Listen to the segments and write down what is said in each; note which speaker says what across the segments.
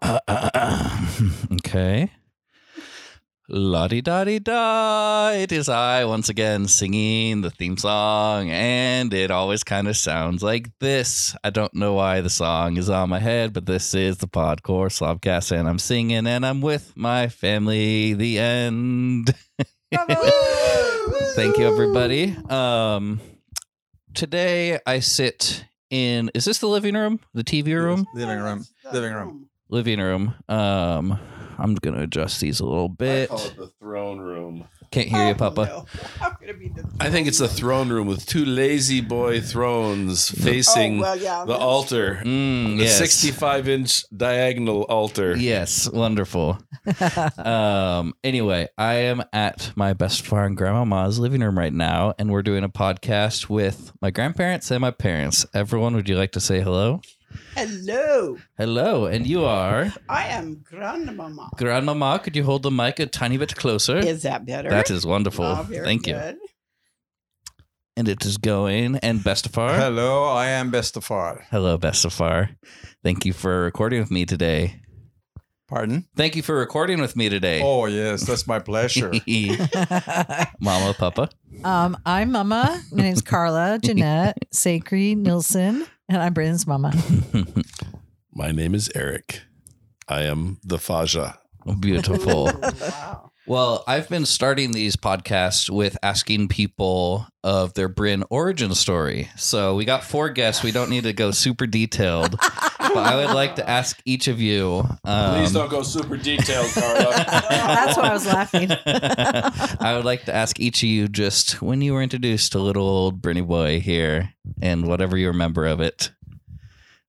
Speaker 1: okay. La di da di da. It is I once again singing the theme song, and it always kind of sounds like this. I don't know why the song is on my head, but this is the Podcore Slobcast, and I'm singing, and I'm with my family. The end. Thank you, everybody. Um, today I sit in. Is this the living room? The TV room?
Speaker 2: Living room. Living room.
Speaker 1: living room. Um, I'm gonna adjust these a little
Speaker 3: I
Speaker 1: bit.
Speaker 3: call it the throne room.
Speaker 1: Can't hear you, Papa.
Speaker 4: Oh, I'm gonna be the
Speaker 3: I think it's the throne room with two lazy boy thrones facing
Speaker 4: Oh, well, yeah.
Speaker 3: the altar,
Speaker 1: Mm,
Speaker 3: the
Speaker 1: yes.
Speaker 3: 65 inch diagonal altar.
Speaker 1: Yes, wonderful. um, anyway, I am at my best friend grandmama's living room right now, and we're doing a podcast with my grandparents and my parents. Everyone, would you like to say hello?
Speaker 4: Hello,
Speaker 1: Hello, and you are
Speaker 4: I am grandmama.
Speaker 1: grandmama. Could you hold the mic a tiny bit closer?
Speaker 4: Is that better? Oh,
Speaker 1: That is wonderful. Thank you. And it is going. And Bestafar.
Speaker 2: Hello, I am Bestafar.
Speaker 1: Hello, Bestafar. Thank you for recording with me today.
Speaker 2: Pardon?
Speaker 1: Thank you for recording with me today.
Speaker 2: Oh yes, that's my pleasure.
Speaker 1: Mama, Papa.
Speaker 5: um, I'm Mama. My name's Carla Jeanette Sacre Nilsson, and I'm Brandon's Mama.
Speaker 3: My name is Eric. I am the Faja.
Speaker 1: Beautiful.
Speaker 4: wow.
Speaker 1: well, I've been starting these podcasts with asking people of their Bryn origin story. So we got four guests. We don't need to go super detailed, but I would like to ask each of you. Um,
Speaker 3: Please don't go super detailed, Carla.
Speaker 5: That's why I was laughing.
Speaker 1: I would like to ask each of you just when you were introduced to little old Brinny Boy here and whatever you remember of it.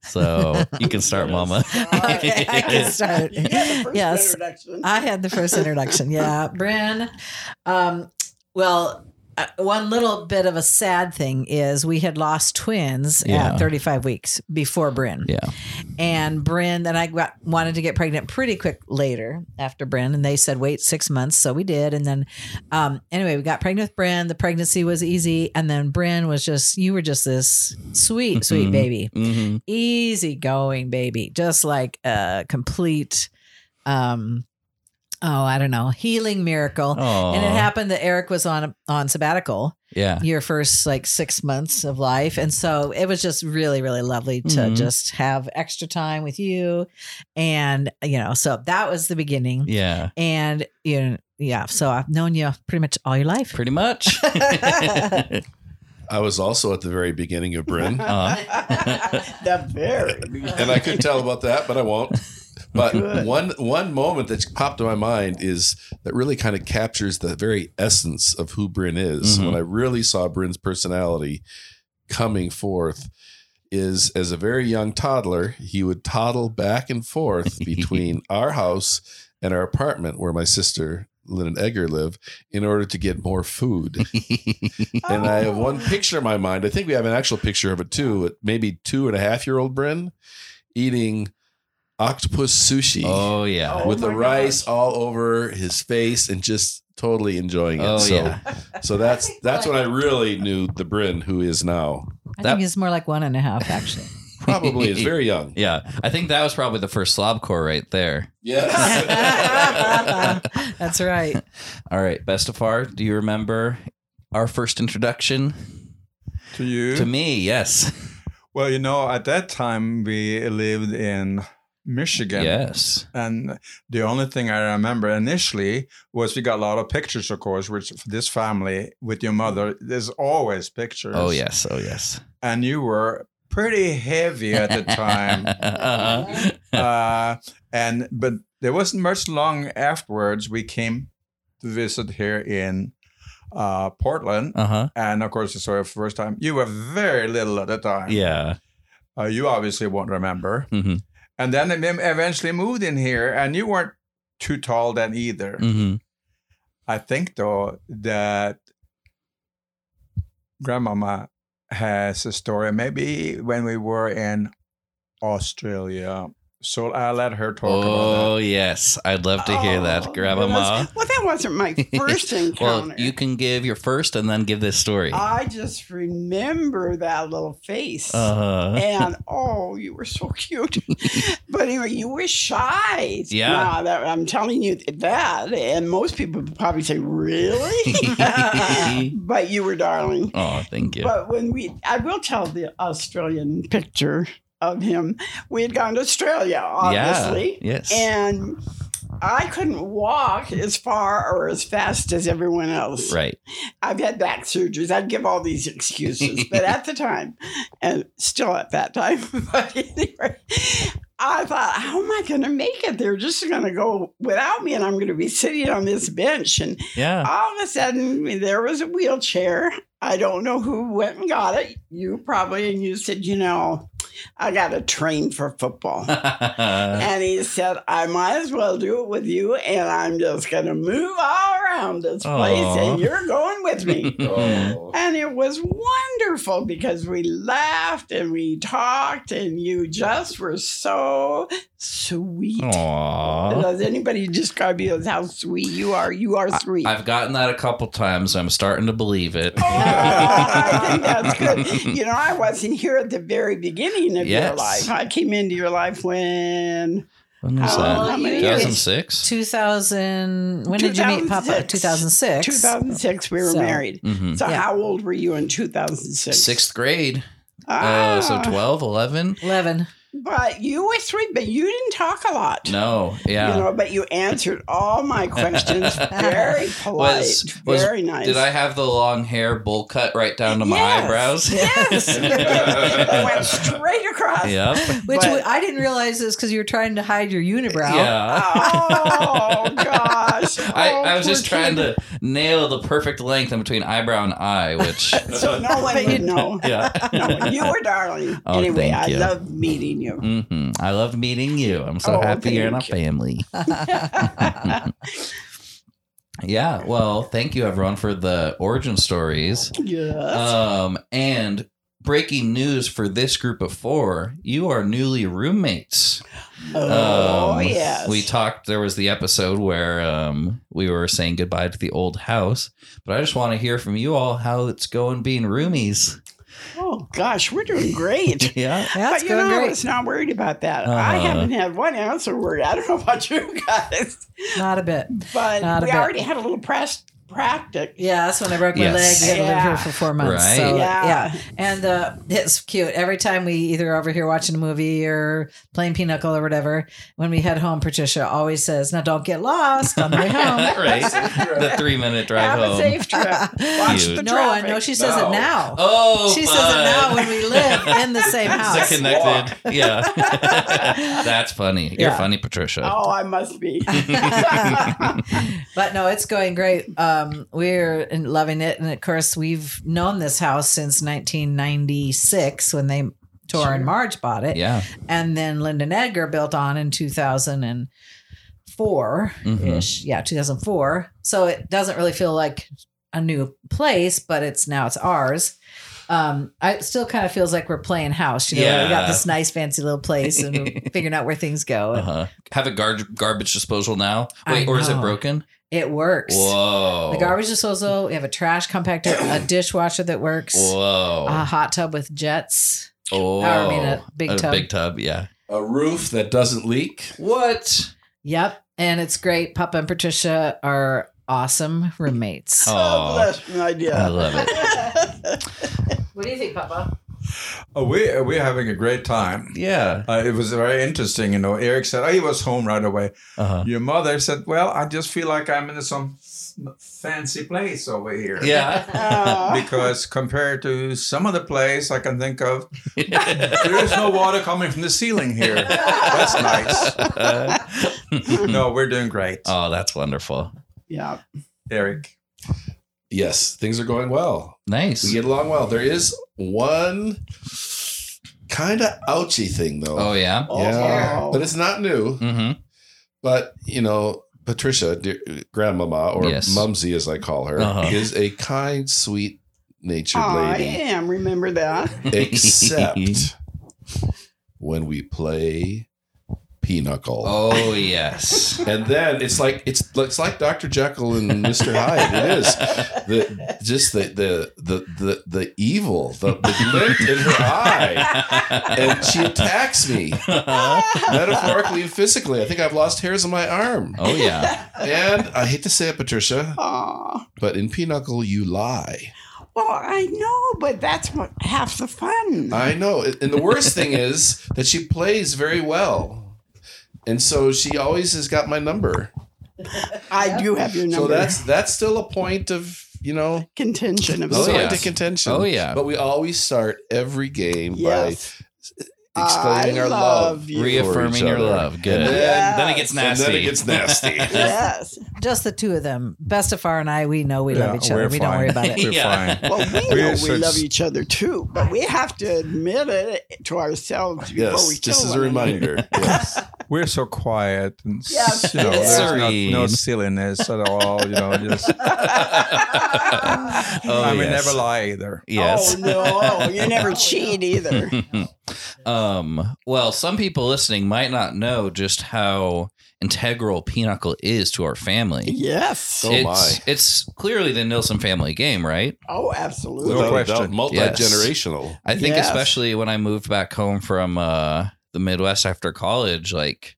Speaker 1: So you can start, Mama.
Speaker 5: Okay, I can start.
Speaker 4: You had the first
Speaker 5: Yes.
Speaker 4: introduction.
Speaker 5: I had the first introduction. Yeah, Bryn. Um, well, uh, one little bit of a sad thing is we had lost twins
Speaker 1: Yeah.
Speaker 5: at 35 weeks before Bryn.
Speaker 1: Yeah.
Speaker 5: And Bryn, then I got, wanted to get pregnant pretty quick later after Bryn, and they said wait six months, so we did. And then, um, anyway, we got pregnant with Bryn. The pregnancy was easy, and then Bryn was just you were just this sweet, sweet
Speaker 1: Mhm.
Speaker 5: baby
Speaker 1: hmm
Speaker 5: easygoing baby, just like a complete, um, oh, I don't know, healing miracle.
Speaker 1: Oh,
Speaker 5: And it happened that Eric was on on sabbatical
Speaker 1: Yeah.
Speaker 5: your first like six months of life, and so it was just really really lovely to
Speaker 1: Mhm.
Speaker 5: just have extra time with you, and you know, so that was the beginning,
Speaker 1: Yeah.
Speaker 5: and you know, yeah, so I've known you pretty much all your life.
Speaker 1: Pretty much.
Speaker 3: I was also at the very beginning of Bryn,
Speaker 1: uh.
Speaker 4: the very.
Speaker 3: and I could tell about that, but I won't. But
Speaker 4: Good.
Speaker 3: one one moment that popped to my mind is that really kind of captures the very essence of who Bryn is.
Speaker 1: Mhm.
Speaker 3: When I really saw Bryn's personality coming forth is as a very young toddler, he would toddle back and forth between our house and our apartment where my sister Lynn and Edgar live in order to get more food. And I
Speaker 4: Oh.
Speaker 3: have one picture in my mind. I think we have an actual picture of it too. Maybe two and a half year old Bryn eating octopus sushi
Speaker 1: oh, yeah.
Speaker 4: Oh,
Speaker 3: with the
Speaker 4: my
Speaker 3: rice all over his face and just totally enjoying it.
Speaker 1: Oh,
Speaker 3: so,
Speaker 1: yeah.
Speaker 3: so that's that's when I really knew the Bryn who is now.
Speaker 5: I
Speaker 1: That-
Speaker 5: think it's more like one and a half actually.
Speaker 3: Probably is very young.
Speaker 1: Yeah. I think that was probably the first slob core right there.
Speaker 3: Yes.
Speaker 5: That's right.
Speaker 1: All right. Bestafar, do you remember our first introduction?
Speaker 2: to you.
Speaker 1: To me, yes.
Speaker 2: Well, you know, at that time we lived in Michigan.
Speaker 1: Yes.
Speaker 2: And the only thing I remember initially was we got a lot of pictures, of course, which for this family with your mother, there's always pictures.
Speaker 1: Oh, yes. Oh, yes.
Speaker 2: And you were pretty heavy at the time.
Speaker 1: Uh-uh.
Speaker 2: uh, and but there wasn't much long afterwards we came to visit here in uh, Portland,
Speaker 1: Uh-huh.
Speaker 2: and of course, you saw it for the first time. You were very little at the time.
Speaker 1: Yeah.
Speaker 2: Uh, you obviously won't remember.
Speaker 1: hmm
Speaker 2: And then they eventually moved in here, and you weren't too tall then either.
Speaker 1: hmm
Speaker 2: I think though that grandmama has a story. Maybe when we were in Australia. So I'll let her talk about that.
Speaker 1: Oh, yes. I'd love to hear
Speaker 4: Oh,
Speaker 1: that, Grandmama.
Speaker 4: Well, that wasn't my first encounter.
Speaker 1: Well, you can give your first and then give this story.
Speaker 4: I just remember that little face.
Speaker 1: Uh-huh.
Speaker 4: and oh, you were so cute. but he you you were shy.
Speaker 1: Yeah.
Speaker 4: Now that- I'm telling you that, and most people would probably say, "Really?" but you were darling.
Speaker 1: Oh, thank you.
Speaker 4: But when we, I will tell the Australian picture of him. We had gone to Australia, obviously,
Speaker 1: Yeah. Yes.
Speaker 4: and I couldn't walk as far or as fast as everyone else.
Speaker 1: right.
Speaker 4: I've had back surgeries. I'd give all these excuses, but at the time, and still at that time, but anyway, I thought, how am I going to make it? They're just going to go without me, and I'm going to be sitting on this bench. And
Speaker 1: Yeah.
Speaker 4: all of a sudden, there was a wheelchair. I don't know who went and got it. You probably, and you said, you know, I got to train for football. And he said, I might as well do it with you, and I'm just going to move all around this place,
Speaker 1: Aw.
Speaker 4: and you're going with me.
Speaker 3: Oh.
Speaker 4: and it was wonderful because we laughed and we talked, and you just were so sweet.
Speaker 1: Aw.
Speaker 4: Does anybody describe you as how sweet you are? You are sweet.
Speaker 1: I've gotten that a couple times. I'm starting to believe it.
Speaker 4: Oh, I think that's good. You know, I wasn't here at the very beginning of your
Speaker 1: Yes.
Speaker 4: life. I came into your life when
Speaker 1: When was that?
Speaker 5: How many years?
Speaker 1: 2006?
Speaker 5: 2000. When did you meet Papa?
Speaker 4: 2006.
Speaker 5: 2006.
Speaker 4: 2006, we were
Speaker 5: So-
Speaker 4: married.
Speaker 1: Mhm.
Speaker 4: So
Speaker 5: Yeah.
Speaker 4: how old were you in 2006?
Speaker 1: Sixth grade.
Speaker 4: Ah,
Speaker 1: Uh, so 12, 11?
Speaker 5: 11.
Speaker 4: But you were three, but you didn't talk a lot.
Speaker 1: No. Yeah.
Speaker 4: You know, but you answered all my questions very polite,
Speaker 1: Was- was-
Speaker 4: very nice.
Speaker 1: Did I have the long hair bowl cut right down to my
Speaker 4: Yes,
Speaker 1: eyebrows?
Speaker 4: Yes. it went straight across.
Speaker 1: Yep.
Speaker 5: Which
Speaker 4: But-
Speaker 5: I didn't realize is because you were trying to hide your unibrow.
Speaker 1: Yeah.
Speaker 4: Oh, gosh.
Speaker 1: I,
Speaker 4: Oh,
Speaker 1: I was just
Speaker 4: poor
Speaker 1: trying
Speaker 4: kid.
Speaker 1: to nail the perfect length in between eyebrow and eye, which
Speaker 4: So no one would know.
Speaker 1: yeah.
Speaker 4: No, one- you were darling.
Speaker 1: Oh,
Speaker 4: anyway,
Speaker 1: thank
Speaker 4: I
Speaker 1: you.
Speaker 4: love meeting you.
Speaker 1: hmm I love meeting you. I'm so
Speaker 4: Oh,
Speaker 1: happy you're in our
Speaker 4: thank you.
Speaker 1: family. Yeah. Well, thank you everyone for the origin stories.
Speaker 4: yes.
Speaker 1: Um, and breaking news for this group of four: you are newly roommates.
Speaker 4: oh,
Speaker 1: Uh, Um,
Speaker 4: yes.
Speaker 1: We talked. There was the episode where um, we were saying goodbye to the old house, but I just want to hear from you all how it's going being roomies.
Speaker 4: oh, gosh, we're doing great.
Speaker 1: Yeah.
Speaker 5: Yeah, it's
Speaker 4: but you
Speaker 5: going
Speaker 4: know, I
Speaker 5: great.
Speaker 4: was not worried about that.
Speaker 1: Uh-huh.
Speaker 4: I haven't had one answer word. I don't know about you guys,
Speaker 5: Not a bit.
Speaker 4: but
Speaker 5: Not a
Speaker 4: we
Speaker 5: bit.
Speaker 4: already had a little press practice.
Speaker 5: Yeah, that's when I broke my
Speaker 1: Yes.
Speaker 5: leg. We had to live
Speaker 4: Yeah.
Speaker 5: here for four months.
Speaker 1: Right.
Speaker 5: So,
Speaker 4: Yeah.
Speaker 5: yeah. And uh, it's cute. Every time we either over here watching a movie or playing Pinochle or whatever, when we head home, Patricia always says, Now don't get lost on the way home.
Speaker 1: right. The three minute drive
Speaker 4: Have a
Speaker 1: home.
Speaker 4: safe trip. Watch
Speaker 1: Cute.
Speaker 4: the
Speaker 5: no, I
Speaker 4: traffic.
Speaker 5: know she says
Speaker 2: No.
Speaker 5: it now.
Speaker 1: Oh,
Speaker 5: she says it now
Speaker 1: fun.
Speaker 5: when we live in the same
Speaker 1: It's
Speaker 5: house.
Speaker 1: a connected. Yeah. That's funny. You're
Speaker 5: Yeah.
Speaker 1: funny, Patricia.
Speaker 4: Oh, I must be.
Speaker 5: but no, it's going great. Um, we're in- loving it, and of course, we've known this house since 1996 when they Tor and Marge bought it,
Speaker 1: Yeah.
Speaker 5: and then Linda and Edgar built on in 2004
Speaker 1: Mm-hmm.
Speaker 5: ish. Yeah, 2004. So it doesn't really feel like a new place, but it's now it's ours. Um, I it still kind of feels like we're playing house. You know, we
Speaker 1: Yeah.
Speaker 5: got this nice fancy little place and we're figuring out where things go.
Speaker 1: Uh huh. Have a gar- garbage disposal now.
Speaker 5: I
Speaker 1: Wait, or is it
Speaker 5: know.
Speaker 1: broken?
Speaker 5: It works.
Speaker 1: Whoa.
Speaker 5: The garbage disposal. We have a trash compactor, a dishwasher that works,
Speaker 1: Whoa.
Speaker 5: a hot tub with jets.
Speaker 1: oh.
Speaker 5: I mean, a big tub.
Speaker 1: Big tub. Yeah.
Speaker 3: A roof that doesn't leak.
Speaker 1: What?
Speaker 5: Yep, and it's great. Papa and Patricia are awesome roommates.
Speaker 4: Oh,
Speaker 1: Oh,
Speaker 4: bless my idea.
Speaker 1: I love it.
Speaker 5: What do you think, Papa?
Speaker 2: Oh, we uh, we're having a great time.
Speaker 1: Yeah.
Speaker 2: Uh, it was very interesting, you know. Eric said, "Oh, he was home right away."
Speaker 1: Uh-huh.
Speaker 2: Your mother said, "Well, I just feel like I'm in some s- fancy place over here."
Speaker 1: Yeah.
Speaker 4: Uh,
Speaker 2: Because compared to some other place I can think of, there is no water coming from the ceiling here. That's nice. No, we're doing great,
Speaker 1: oh, that's wonderful.
Speaker 4: yeah.
Speaker 2: Eric.
Speaker 3: Yes, things are going well.
Speaker 1: Nice.
Speaker 3: We get along well. There is one kind of ouchy thing though.
Speaker 1: oh yeah.
Speaker 3: yeah,
Speaker 4: Oh.
Speaker 3: but it's not new.
Speaker 1: Mm-hmm.
Speaker 3: But you know, Patricia, dear, grandmama or
Speaker 1: Yes.
Speaker 3: Mumsy as I call her,
Speaker 1: Uh-huh.
Speaker 3: is a kind, sweet natured
Speaker 4: I
Speaker 3: lady.
Speaker 4: am. Remember that.
Speaker 3: Except when we play pinochle.
Speaker 1: Oh yes.
Speaker 3: And then it's like it's it's like Dr. Jekyll and Mr. Hyde. It is the just the the the the, the evil, the, the glint in her eye, and she attacks me metaphorically and physically. I think I've lost hairs on my arm.
Speaker 1: oh yeah.
Speaker 3: And I hate to say it, Patricia,
Speaker 4: Aw.
Speaker 3: but in Pinochle you lie.
Speaker 4: Well, I know, but that's what half the fun.
Speaker 3: I know, and the worst thing is that she plays very well, and so she always has got my number.
Speaker 4: I do have your number.
Speaker 3: So that's that's still a point of you know
Speaker 4: contention of
Speaker 1: Oh,
Speaker 3: oh,
Speaker 4: sorts.
Speaker 1: yeah.
Speaker 3: to contention.
Speaker 1: Oh, yeah.
Speaker 3: But we always start every game
Speaker 4: Yes.
Speaker 3: by exclaiming
Speaker 4: I
Speaker 3: our
Speaker 4: love
Speaker 3: love,
Speaker 4: you.
Speaker 3: for each
Speaker 1: Reaffirming your
Speaker 3: other.
Speaker 1: love. Good.
Speaker 3: And then,
Speaker 4: Yeah.
Speaker 1: Then it gets
Speaker 3: and
Speaker 1: nasty.
Speaker 3: then it gets nasty.
Speaker 4: yes.
Speaker 5: Just the two of them. Bestafar and I, we know we love
Speaker 2: Yeah,
Speaker 5: each other.
Speaker 2: we're
Speaker 5: We don't worry
Speaker 2: fine.
Speaker 5: about it.
Speaker 2: We're
Speaker 1: Yeah.
Speaker 2: fine.
Speaker 4: Well, we
Speaker 2: We're
Speaker 4: know we
Speaker 2: such-
Speaker 4: love each other too, but we have to admit it to ourselves before
Speaker 3: yes,
Speaker 4: we kill
Speaker 3: just as a
Speaker 4: one another.
Speaker 3: reminder. yes.
Speaker 2: We're so quiet and s-
Speaker 4: Yes.
Speaker 2: you know, there's no,
Speaker 1: Serene.
Speaker 2: no silliness at all. You know, just
Speaker 1: Oh,
Speaker 2: I mean,
Speaker 1: yes.
Speaker 2: never lie either.
Speaker 1: Yes.
Speaker 4: Oh no, you never cheat either.
Speaker 1: um, well, some people listening might not know just how integral Pinochle is to our family.
Speaker 4: Yes.
Speaker 3: Oh,
Speaker 1: it's, it's clearly the Nilsson family game, right?
Speaker 4: Oh,
Speaker 2: No
Speaker 4: absolutely.
Speaker 2: Well,
Speaker 3: Without a
Speaker 2: question.
Speaker 3: doubt, multi-generational.
Speaker 1: I think
Speaker 4: Yes.
Speaker 1: especially when I moved back home from uh, the Midwest after college, like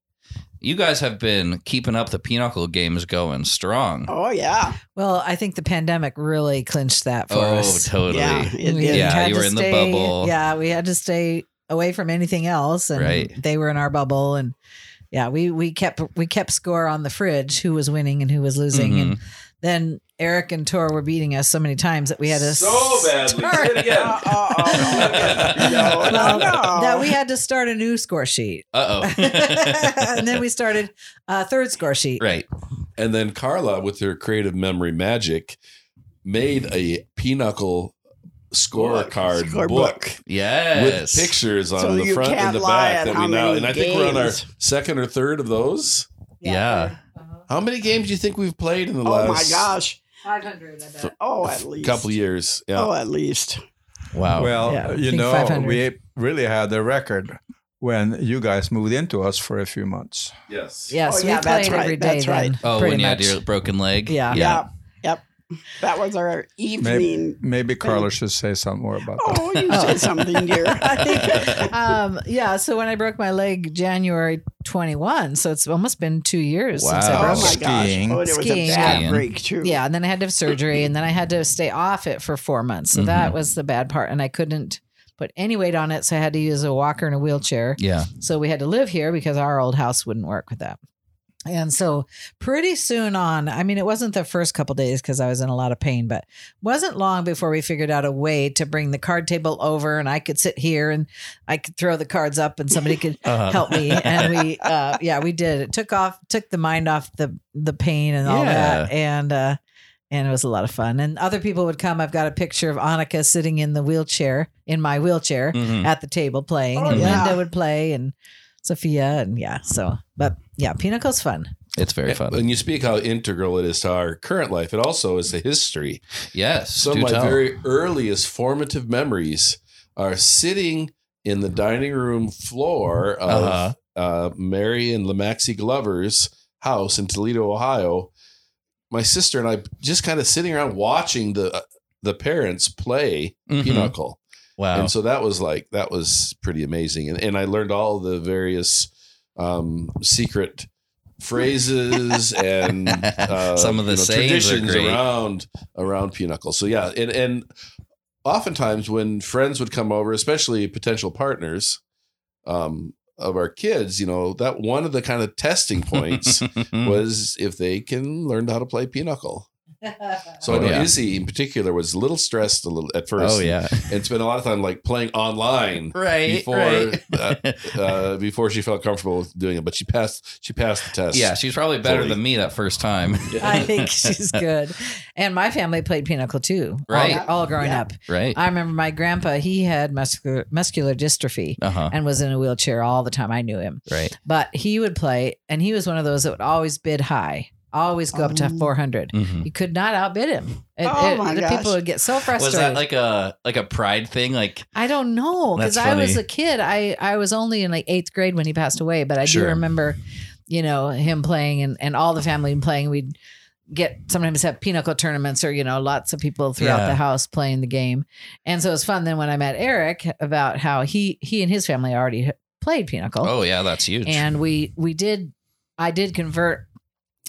Speaker 1: you guys have been keeping up the Pinochle games going strong.
Speaker 4: Oh yeah.
Speaker 5: Well, I think the pandemic really clinched that for
Speaker 1: Oh,
Speaker 5: us.
Speaker 1: totally.
Speaker 4: Yeah. It
Speaker 5: We
Speaker 4: did.
Speaker 1: Yeah.
Speaker 5: had
Speaker 1: you
Speaker 5: to
Speaker 1: were in the
Speaker 5: stay-
Speaker 1: bubble.
Speaker 5: Yeah, we had to stay away from anything else, and
Speaker 1: Right.
Speaker 5: they were in our bubble, and yeah, we we kept we kept score on the fridge who was winning and who was losing, and
Speaker 1: Mm-hmm.
Speaker 5: then Eric and Tor were beating us so many times that we had to
Speaker 3: So badly.
Speaker 5: start-
Speaker 3: Say it again.
Speaker 4: Uh, uh, uh, uh, no, no,
Speaker 5: Well,
Speaker 4: no.
Speaker 5: that we had to start a new score sheet,
Speaker 1: Uh oh.
Speaker 5: and then we started a third score sheet.
Speaker 1: right.
Speaker 3: And then Carla, with her creative memory magic, made a pinochle scorecard
Speaker 4: Scorebook.
Speaker 3: book. with
Speaker 1: Yes.
Speaker 3: pictures on
Speaker 4: So
Speaker 3: the
Speaker 4: you
Speaker 3: front
Speaker 4: can't
Speaker 3: and the
Speaker 4: lie at
Speaker 3: back that
Speaker 4: how
Speaker 3: we now
Speaker 4: many
Speaker 3: and I think we're on our
Speaker 4: games.
Speaker 3: second or third of those.
Speaker 1: Yeah.
Speaker 3: How many games do you think we've played in the
Speaker 4: Oh my
Speaker 3: last
Speaker 4: gosh.
Speaker 5: Five hundred. I bet.
Speaker 4: Oh, at least.
Speaker 3: couple years? Yeah.
Speaker 4: Oh, at least.
Speaker 1: Wow.
Speaker 2: Well,
Speaker 5: Yeah, I
Speaker 2: you
Speaker 5: think
Speaker 2: know,
Speaker 5: 500.
Speaker 2: we really had a record when you guys moved into us for a few months.
Speaker 3: yes.
Speaker 5: Yes,
Speaker 4: Oh, yeah,
Speaker 5: we
Speaker 4: that's
Speaker 5: played
Speaker 4: right,
Speaker 5: every day
Speaker 4: that's right.
Speaker 5: then.
Speaker 1: oh,
Speaker 5: pretty
Speaker 1: when you had
Speaker 5: much.
Speaker 1: your broken leg?
Speaker 5: Yeah.
Speaker 4: Yeah. Yep. That was our evening.
Speaker 2: Maybe Carla should say something more about that.
Speaker 4: Oh, you said something, dear.
Speaker 5: um, yeah. So when I broke my leg, January 21. So it's almost been two years since I
Speaker 1: Wow.
Speaker 4: Oh
Speaker 5: broke
Speaker 4: my
Speaker 5: it.
Speaker 4: gosh.
Speaker 2: Skiing.
Speaker 4: Oh, it was a
Speaker 5: Uh, Skiing.
Speaker 4: bad
Speaker 1: Skiing.
Speaker 4: break too.
Speaker 5: Yeah. And then I had to have surgery and then I had to stay off it for four months. So
Speaker 4: Mm-hmm.
Speaker 5: that was the bad part. And I couldn't put any weight on it. So I had to use a walker and a wheelchair.
Speaker 1: Yeah.
Speaker 5: So we had to live here because our old house wouldn't work with that. And so pretty soon on, I mean, it wasn't the first couple days because I was in a lot of pain, but wasn't long before we figured out a way to bring the card table over and I could sit here and I could throw the cards up and somebody could
Speaker 1: Uh-huh.
Speaker 5: help me. And we, uh, yeah, we did. It took off, took the mind off the the pain and all that, and uh, and it was a lot of fun. And other people would come. I've got a picture of Annika sitting in the wheelchair in my wheelchair
Speaker 1: Mhm.
Speaker 5: at the table playing,
Speaker 4: Oh,
Speaker 5: and
Speaker 4: yeah.
Speaker 5: Linda would play, and Sophia, and yeah. So, but yeah, Pinnacle's fun.
Speaker 1: It's very fun.
Speaker 3: And you speak how integral it is to our current life. It also is the history.
Speaker 1: Yes.
Speaker 3: Some of
Speaker 1: do
Speaker 3: my
Speaker 1: tell.
Speaker 3: very earliest formative memories are sitting in the dining room floor of
Speaker 1: Uh-huh.
Speaker 3: uh, Mary and Lamaxi Glover's house in Toledo, Ohio. My sister and I just kind of sitting around watching the uh, the parents play
Speaker 1: Mhm.
Speaker 3: Pinochle,
Speaker 1: Wow.
Speaker 3: and so that was like that was pretty amazing. And, and I learned all the various um, secret phrases and uh,
Speaker 1: Some of the
Speaker 3: you know,
Speaker 1: sayings are great.
Speaker 3: around around Pinochle. So yeah, and and oftentimes when friends would come over, especially potential partners um, of our kids, you know that one of the kind of testing points was if they can learn how to play Pinochle. So
Speaker 1: Oh,
Speaker 3: I know
Speaker 1: yeah.
Speaker 3: Izzy in particular was a little stressed a little at first.
Speaker 1: oh yeah.
Speaker 3: and spent a lot of time like playing online
Speaker 1: Right.
Speaker 3: before uh, uh, before she felt comfortable with doing it. But she passed. She passed the test.
Speaker 1: yeah, she's probably better
Speaker 3: Totally.
Speaker 1: than me that first time.
Speaker 5: I think she's good. And my family played Pinnacle too, all-
Speaker 1: Right.
Speaker 5: All, growing
Speaker 4: Yeah.
Speaker 5: up.
Speaker 1: right.
Speaker 5: I remember my grandpa, he had muscular, muscular dystrophy
Speaker 1: Uh huh.
Speaker 5: and was in a wheelchair all the time. I knew him,
Speaker 1: Right.
Speaker 5: but he would play and he was one of those that would always bid high. Always go up to
Speaker 4: Um,
Speaker 5: 400.
Speaker 1: Mhm.
Speaker 5: You could not outbid him. It-
Speaker 4: Oh
Speaker 5: it-
Speaker 4: my
Speaker 5: the
Speaker 4: gosh.
Speaker 5: people would get so
Speaker 1: Was
Speaker 5: frustrated.
Speaker 1: that like a like a pride thing? Like
Speaker 5: I don't know because
Speaker 1: That's
Speaker 5: I was
Speaker 1: funny.
Speaker 5: a kid. I I was only in like eighth grade when he passed away, but I
Speaker 1: Sure.
Speaker 5: do remember, you know, him playing and and all the family playing. We'd get sometimes have pinochle tournaments or you know lots of people throughout
Speaker 1: Yeah.
Speaker 5: the house playing the game, and so it was fun. Then when I met Eric about how he he and his family already had played pinochle,
Speaker 1: oh yeah, that's huge.
Speaker 5: and we we did I did convert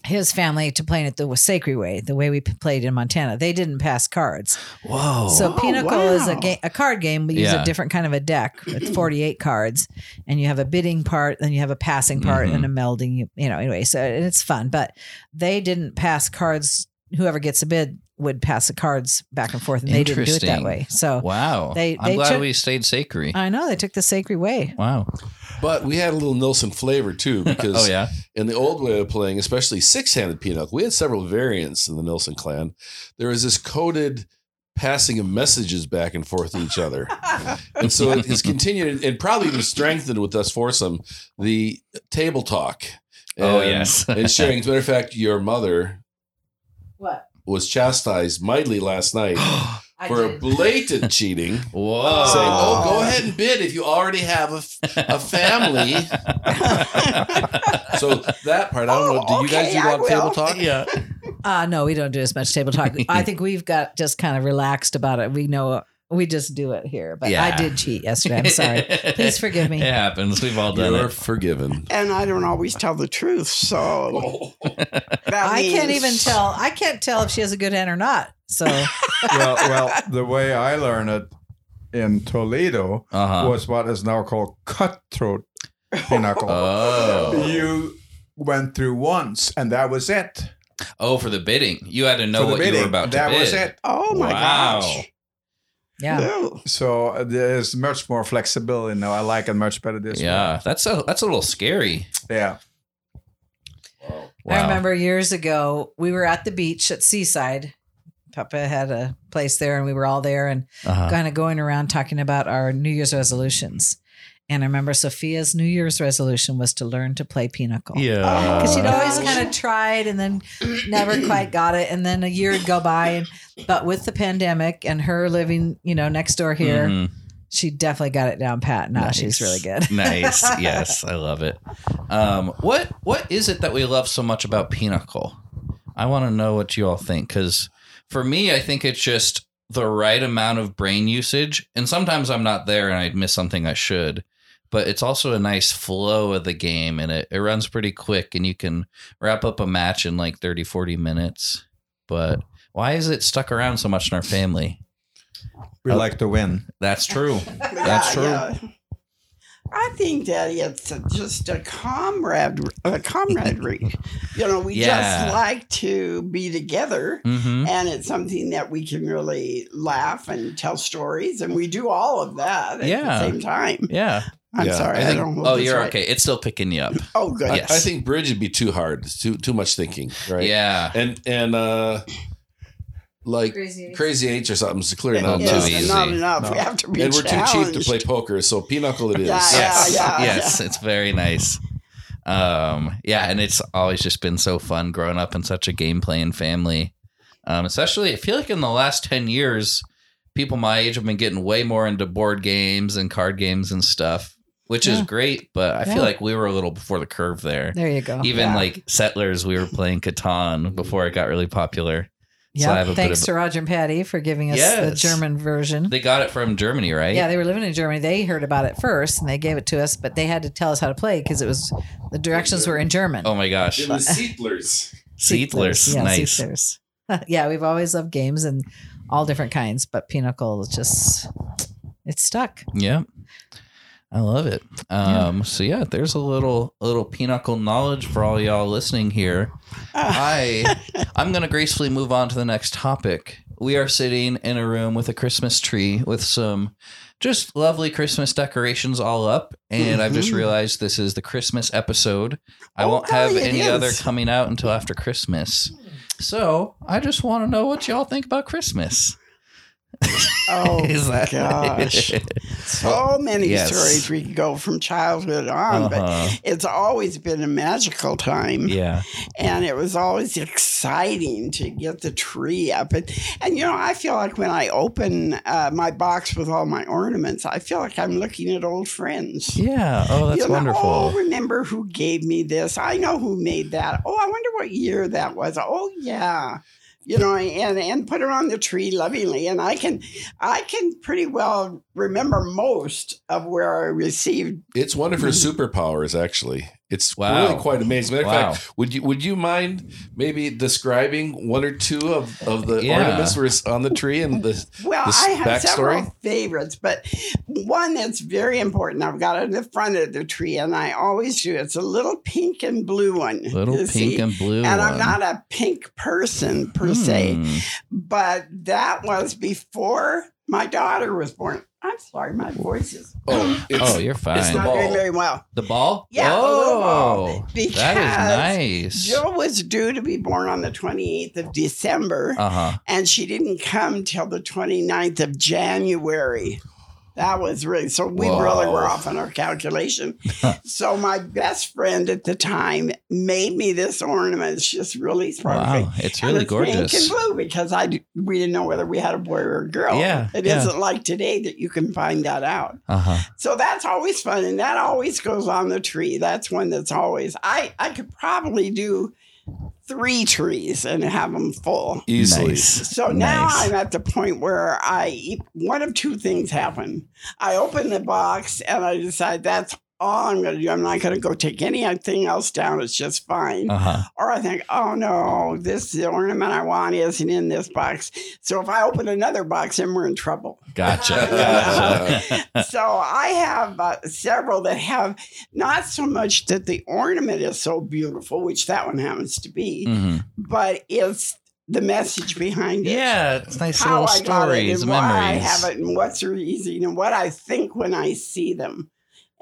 Speaker 5: his family to playing it the sacred way, the way we p- played in Montana. They didn't pass cards.
Speaker 1: Whoa.
Speaker 5: So
Speaker 4: Oh,
Speaker 5: Pinochle is a
Speaker 4: wow.
Speaker 5: game, a card game. We use
Speaker 1: Yeah.
Speaker 5: a different kind of a deck. It's forty eight cards, and you have a bidding part, then you have a passing part, and a melding. You, you know, anyway, so and it's fun. But they didn't pass cards. Whoever gets a bid would pass the cards back and forth, and they didn't do it that
Speaker 1: Interesting.
Speaker 5: way. So
Speaker 1: wow.
Speaker 5: They-
Speaker 1: I'm
Speaker 5: they
Speaker 1: glad
Speaker 5: took- Uh,
Speaker 1: we stayed sacred.
Speaker 5: I know they took the sacred way.
Speaker 1: wow.
Speaker 3: But we had a little Nilsson flavor too, because
Speaker 1: Oh yeah.
Speaker 3: in the old way of playing, especially six-handed pinochle, we had several variants in the Nilsson clan. There was this coded passing of messages back and forth to each other. and so it has continued and probably even strengthened with us foursome the table talk.
Speaker 1: oh
Speaker 3: And-
Speaker 1: yes.
Speaker 3: and sharing. As a matter of fact, your mother
Speaker 5: What?
Speaker 3: was chastised mightily last night for a blatant cheating.
Speaker 1: Whoa.
Speaker 3: Saying, "Oh,
Speaker 4: Oh.
Speaker 3: go ahead and bid if you already have a, f- a family." so that part, I don't know. Do you guys do
Speaker 4: Oh, Okay,
Speaker 3: a lot of
Speaker 4: I
Speaker 3: table
Speaker 4: will.
Speaker 3: talk?
Speaker 1: yeah.
Speaker 5: Uh, no, we don't do as much table talk. I think we've got just kind of relaxed about it. We know we just do it here. But
Speaker 1: Yeah.
Speaker 5: I did cheat yesterday. I'm sorry. Please forgive me.
Speaker 1: It happens. We've all done
Speaker 3: You're
Speaker 1: it.
Speaker 3: forgiven.
Speaker 4: and I don't always tell the truth,
Speaker 3: Oh.
Speaker 4: so that
Speaker 5: I can't
Speaker 4: means-
Speaker 5: even tell. I can't tell if she has a good hand or not. So Oh.
Speaker 2: well, well, the way I learned it in Toledo
Speaker 1: Uh huh.
Speaker 2: was what is now called cutthroat pinochle.
Speaker 1: Oh.
Speaker 2: You went through once, and that was it.
Speaker 1: Oh, for the bidding, you had to know
Speaker 2: For the
Speaker 1: what you
Speaker 2: bidding,
Speaker 1: were about to
Speaker 2: That
Speaker 1: bid.
Speaker 2: was it.
Speaker 4: Oh my
Speaker 1: Wow.
Speaker 4: gosh!
Speaker 5: yeah,
Speaker 4: Ew.
Speaker 2: So uh, there's much more flexibility now. I like it much better this way.
Speaker 1: Yeah, that's a that's a little scary.
Speaker 2: Yeah.
Speaker 5: I
Speaker 1: Wow.
Speaker 5: remember years ago we were at the beach at Seaside. Papa had a place there, and we were all there and
Speaker 1: Uh-huh.
Speaker 5: kind of going around talking about our New Year's resolutions. And I remember Sophia's New Year's resolution was to learn to play pinochle.
Speaker 1: Yeah,
Speaker 5: because she'd
Speaker 4: Uh,
Speaker 5: always kind of tried and then never quite got it and then a year would go by and but with the pandemic and her living you know next door here
Speaker 1: Mhm.
Speaker 5: she definitely got it down pat now she's
Speaker 1: Nice.
Speaker 5: really good
Speaker 1: nice. Yes, I love it. Um, what what is it that we love so much about Pinnacle? I want to know what you all think because for me, I think it's just the right amount of brain usage, and sometimes I'm not there and I miss something I should. But it's also a nice flow of the game and it, it runs pretty quick and you can wrap up a match in like 30, 40 minutes. But why is it stuck around so much in our family?
Speaker 2: We
Speaker 1: Uh,
Speaker 2: like to win.
Speaker 1: That's true.
Speaker 4: Yeah,
Speaker 1: That's
Speaker 4: yeah. I think that it's a- just a comrade, a camaraderie. you know, we
Speaker 1: Yeah.
Speaker 4: just like to be together,
Speaker 1: Mm-hmm.
Speaker 4: and it's something that we can really laugh and tell stories, and we do all of that at
Speaker 1: Yeah.
Speaker 4: the same time.
Speaker 1: Yeah.
Speaker 4: I'm
Speaker 3: Yeah,
Speaker 4: sorry,
Speaker 3: I
Speaker 4: I,
Speaker 3: think-
Speaker 4: don't. hold
Speaker 1: Oh,
Speaker 4: this
Speaker 1: you're
Speaker 4: right.
Speaker 1: okay. It's still picking you up.
Speaker 4: Oh, good.
Speaker 1: Yes.
Speaker 3: I, I think bridge would be too hard. It's too too much thinking, right?
Speaker 1: Yeah.
Speaker 3: And and uh, like crazy eights or something is clearly not
Speaker 1: Yeah.
Speaker 3: enough.
Speaker 4: It's
Speaker 1: easy.
Speaker 4: not enough. We
Speaker 2: No.
Speaker 4: have to be
Speaker 3: And we're too cheap to
Speaker 4: challenged.
Speaker 3: play poker, so pinochle it is.
Speaker 4: Yeah, yeah.
Speaker 1: yes
Speaker 4: yeah.
Speaker 1: yes it's very nice um yeah and it's always just been so fun growing up in such a game playing family um especially i feel like in the last 10 years people my age have been getting way more into board games and card games and stuff which is
Speaker 5: Yeah.
Speaker 1: great but i
Speaker 5: Yeah.
Speaker 1: feel like we were a little before the curve there
Speaker 5: there you go
Speaker 1: even
Speaker 4: yeah.
Speaker 1: like settlers we were playing catan before it got really popular so I
Speaker 5: yeah
Speaker 1: have a bit
Speaker 5: thanks
Speaker 1: of-
Speaker 5: to roger and patty for giving us the
Speaker 1: Yes.
Speaker 5: german version
Speaker 1: they got it from germany right
Speaker 5: yeah, they were living in Germany. They heard about it first, and they gave it to us. But they had to tell us how to play because it was the directions were in German.
Speaker 1: oh my gosh
Speaker 3: the Seatlers.
Speaker 1: settlers
Speaker 5: Yeah,
Speaker 1: nice
Speaker 5: Seattlers. yeah, we've always loved games and all different kinds, but Pinnacle is just it's stuck.
Speaker 1: Yeah. I love it. Um, So yeah, there's a little a little pinnacle knowledge for all y'all listening here. I I'm gonna gracefully move on to the next topic. We are sitting in a room with a Christmas tree with some just lovely Christmas decorations all up, and I've just
Speaker 4: Mhm.
Speaker 1: realized this is the Christmas episode. I
Speaker 4: Oh,
Speaker 1: won't have
Speaker 4: golly, it
Speaker 1: any other
Speaker 4: is.
Speaker 1: coming out until after Christmas. So I just want to know what y'all think about Christmas.
Speaker 4: Oh
Speaker 1: Is that-
Speaker 4: gosh. So many
Speaker 1: Yes.
Speaker 4: stories we could go from childhood on, but
Speaker 1: Uh-huh.
Speaker 4: it's always been a magical time.
Speaker 1: Yeah.
Speaker 4: And it was always exciting to get the tree up. And, and you know, I feel like when I open uh, my box with all my ornaments, I feel like I'm looking at old friends.
Speaker 1: Yeah. Oh, that's
Speaker 4: You know,
Speaker 1: wonderful.
Speaker 4: oh, remember who gave me this? I know who made that. Oh, I wonder what year that was. Oh, yeah. You know, and and put it on the tree lovingly, and I can, I can pretty well remember most of where I received.
Speaker 3: It's one of her superpowers, actually. It's
Speaker 1: Wow.
Speaker 3: really quite amazing. Matter of
Speaker 1: Wow.
Speaker 3: fact, would you would you mind maybe describing one or two of, of the
Speaker 1: Yeah.
Speaker 3: ornaments were on the tree and the
Speaker 4: Well,
Speaker 3: This
Speaker 4: I have
Speaker 3: backstory?
Speaker 4: several favorites, but one that's very important. I've got it in the front of the tree, and I always do. It's a little pink and blue one.
Speaker 1: Little
Speaker 4: you
Speaker 1: pink
Speaker 4: see.
Speaker 1: and blue.
Speaker 4: and
Speaker 1: one.
Speaker 4: I'm not a pink person per se,
Speaker 1: Hmm.
Speaker 4: but that was before my daughter was born. I'm sorry, my voice is
Speaker 3: oh, it's,
Speaker 1: Oh, you're fine.
Speaker 3: it's
Speaker 4: not
Speaker 1: the,
Speaker 3: the-
Speaker 4: doing
Speaker 3: ball.
Speaker 4: very well.
Speaker 1: ball?
Speaker 4: Yeah, the little ball.
Speaker 1: Oh,
Speaker 4: Because
Speaker 1: that is nice.
Speaker 4: Jill was due to be born on the 28th of December,
Speaker 1: Uh huh.
Speaker 4: and she didn't come till the 29th of January. That was really so we
Speaker 3: Whoa.
Speaker 4: really were off on our calculation. so my best friend at the time made me this ornament. It's just really perfect.
Speaker 1: Wow, it's
Speaker 4: And
Speaker 1: really
Speaker 4: it's Pink
Speaker 1: gorgeous.
Speaker 4: and blue because I d- we didn't know whether we had a boy or a girl.
Speaker 1: Yeah,
Speaker 4: it
Speaker 1: yeah.
Speaker 4: not like today that you can find that out.
Speaker 1: Uh huh.
Speaker 4: So that's always fun, and that always goes on the tree. That's one that's always. I I could probably do three trees and have them full.
Speaker 3: easily.
Speaker 1: Nice.
Speaker 4: So now
Speaker 1: Nice.
Speaker 4: I'm at the point where I eat- one of two things happen. I open the box and I decide that's all I'm going to do. I'm not going to go take anything else down. It's just fine
Speaker 1: Uh huh.
Speaker 4: or I think, oh no, this the ornament I want isn't in this box. So if I open another box, then we're in trouble.
Speaker 1: Gotcha.
Speaker 4: Yeah.
Speaker 1: gotcha.
Speaker 4: so I have uh, several that have not so much that the ornament is so beautiful, which that one happens to be,
Speaker 1: Mhm.
Speaker 4: but it's the message behind it.
Speaker 1: Yeah, it's nice
Speaker 4: How
Speaker 1: little
Speaker 4: I got it
Speaker 1: stories,
Speaker 4: and why I
Speaker 1: memories.
Speaker 4: have it and what's the reason and what I think when I see them.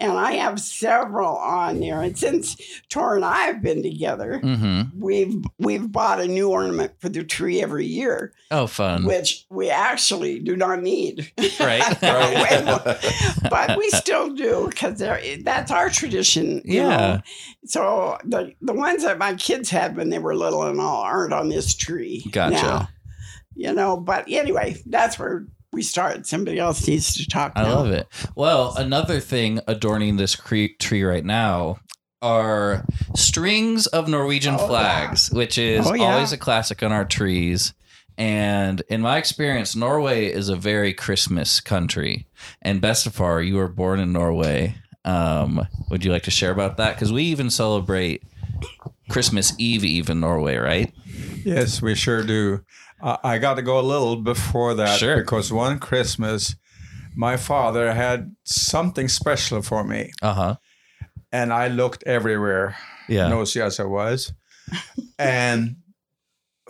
Speaker 4: And I have several on there. And since Tor and I have been together,
Speaker 1: Mm-hmm.
Speaker 4: we've we've bought a new ornament for the tree every year,
Speaker 1: Oh, fun.
Speaker 4: which we actually do not need,
Speaker 1: right.
Speaker 4: but we still do because that's our tradition. you
Speaker 1: Yeah.
Speaker 4: know. So the the ones that my kids had when they were little and all aren't on this tree.
Speaker 1: Gotcha.
Speaker 4: now, you know, but anyway, that's where we start. Somebody else needs to talk.
Speaker 1: I love it. Well, another thing adorning this cre- tree right now are strings of Norwegian
Speaker 4: Oh, yeah.
Speaker 1: flags, which is
Speaker 4: Oh, yeah.
Speaker 1: always a classic on our trees. And in my experience, Norway is a very Christmas country. And best of all, you were born in Norway. Um, would you like to share about that? Because we even celebrate Christmas Eve, Eve in Norway, right?
Speaker 2: Yes, we sure do. I I got to go a little before that
Speaker 1: Sure.
Speaker 2: because one Christmas, my father had something special for me,
Speaker 1: Uh huh.
Speaker 2: and I looked everywhere,
Speaker 1: Yeah.
Speaker 2: nosy as I was, and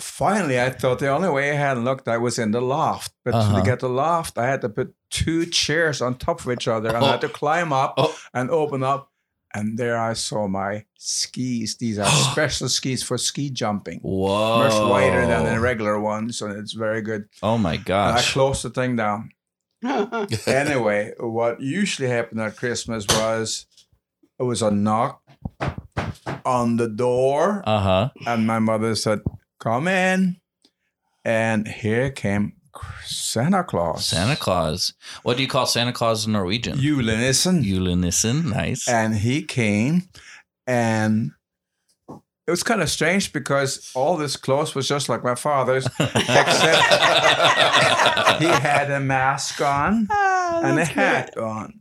Speaker 2: finally I thought the only way I had looked I was in the loft, but
Speaker 1: Uh-huh.
Speaker 2: to get the loft I had to put two chairs on top of each other, and I had to climb up
Speaker 1: Oh.
Speaker 2: and open up. And there I saw my skis. These are special skis for ski jumping
Speaker 1: Whoa.
Speaker 2: much wider than the regular one, so it's very good.
Speaker 1: Oh my
Speaker 2: And I
Speaker 1: gosh.
Speaker 2: closed the thing down.
Speaker 4: love it.
Speaker 2: Anyway, what usually happened at Christmas was it was a knock on the door,
Speaker 1: Uh huh.
Speaker 2: and my mother said, "Come in," and here came Santa Claus.
Speaker 1: Santa Claus. What do you call Santa Claus in Norwegian?
Speaker 2: Julenissen.
Speaker 1: Julenissen. Nice.
Speaker 2: and he came and it was kind of strange because all this clothes was just like my father's, except he had a mask on
Speaker 4: Oh,
Speaker 1: Oh,
Speaker 2: and a hat on.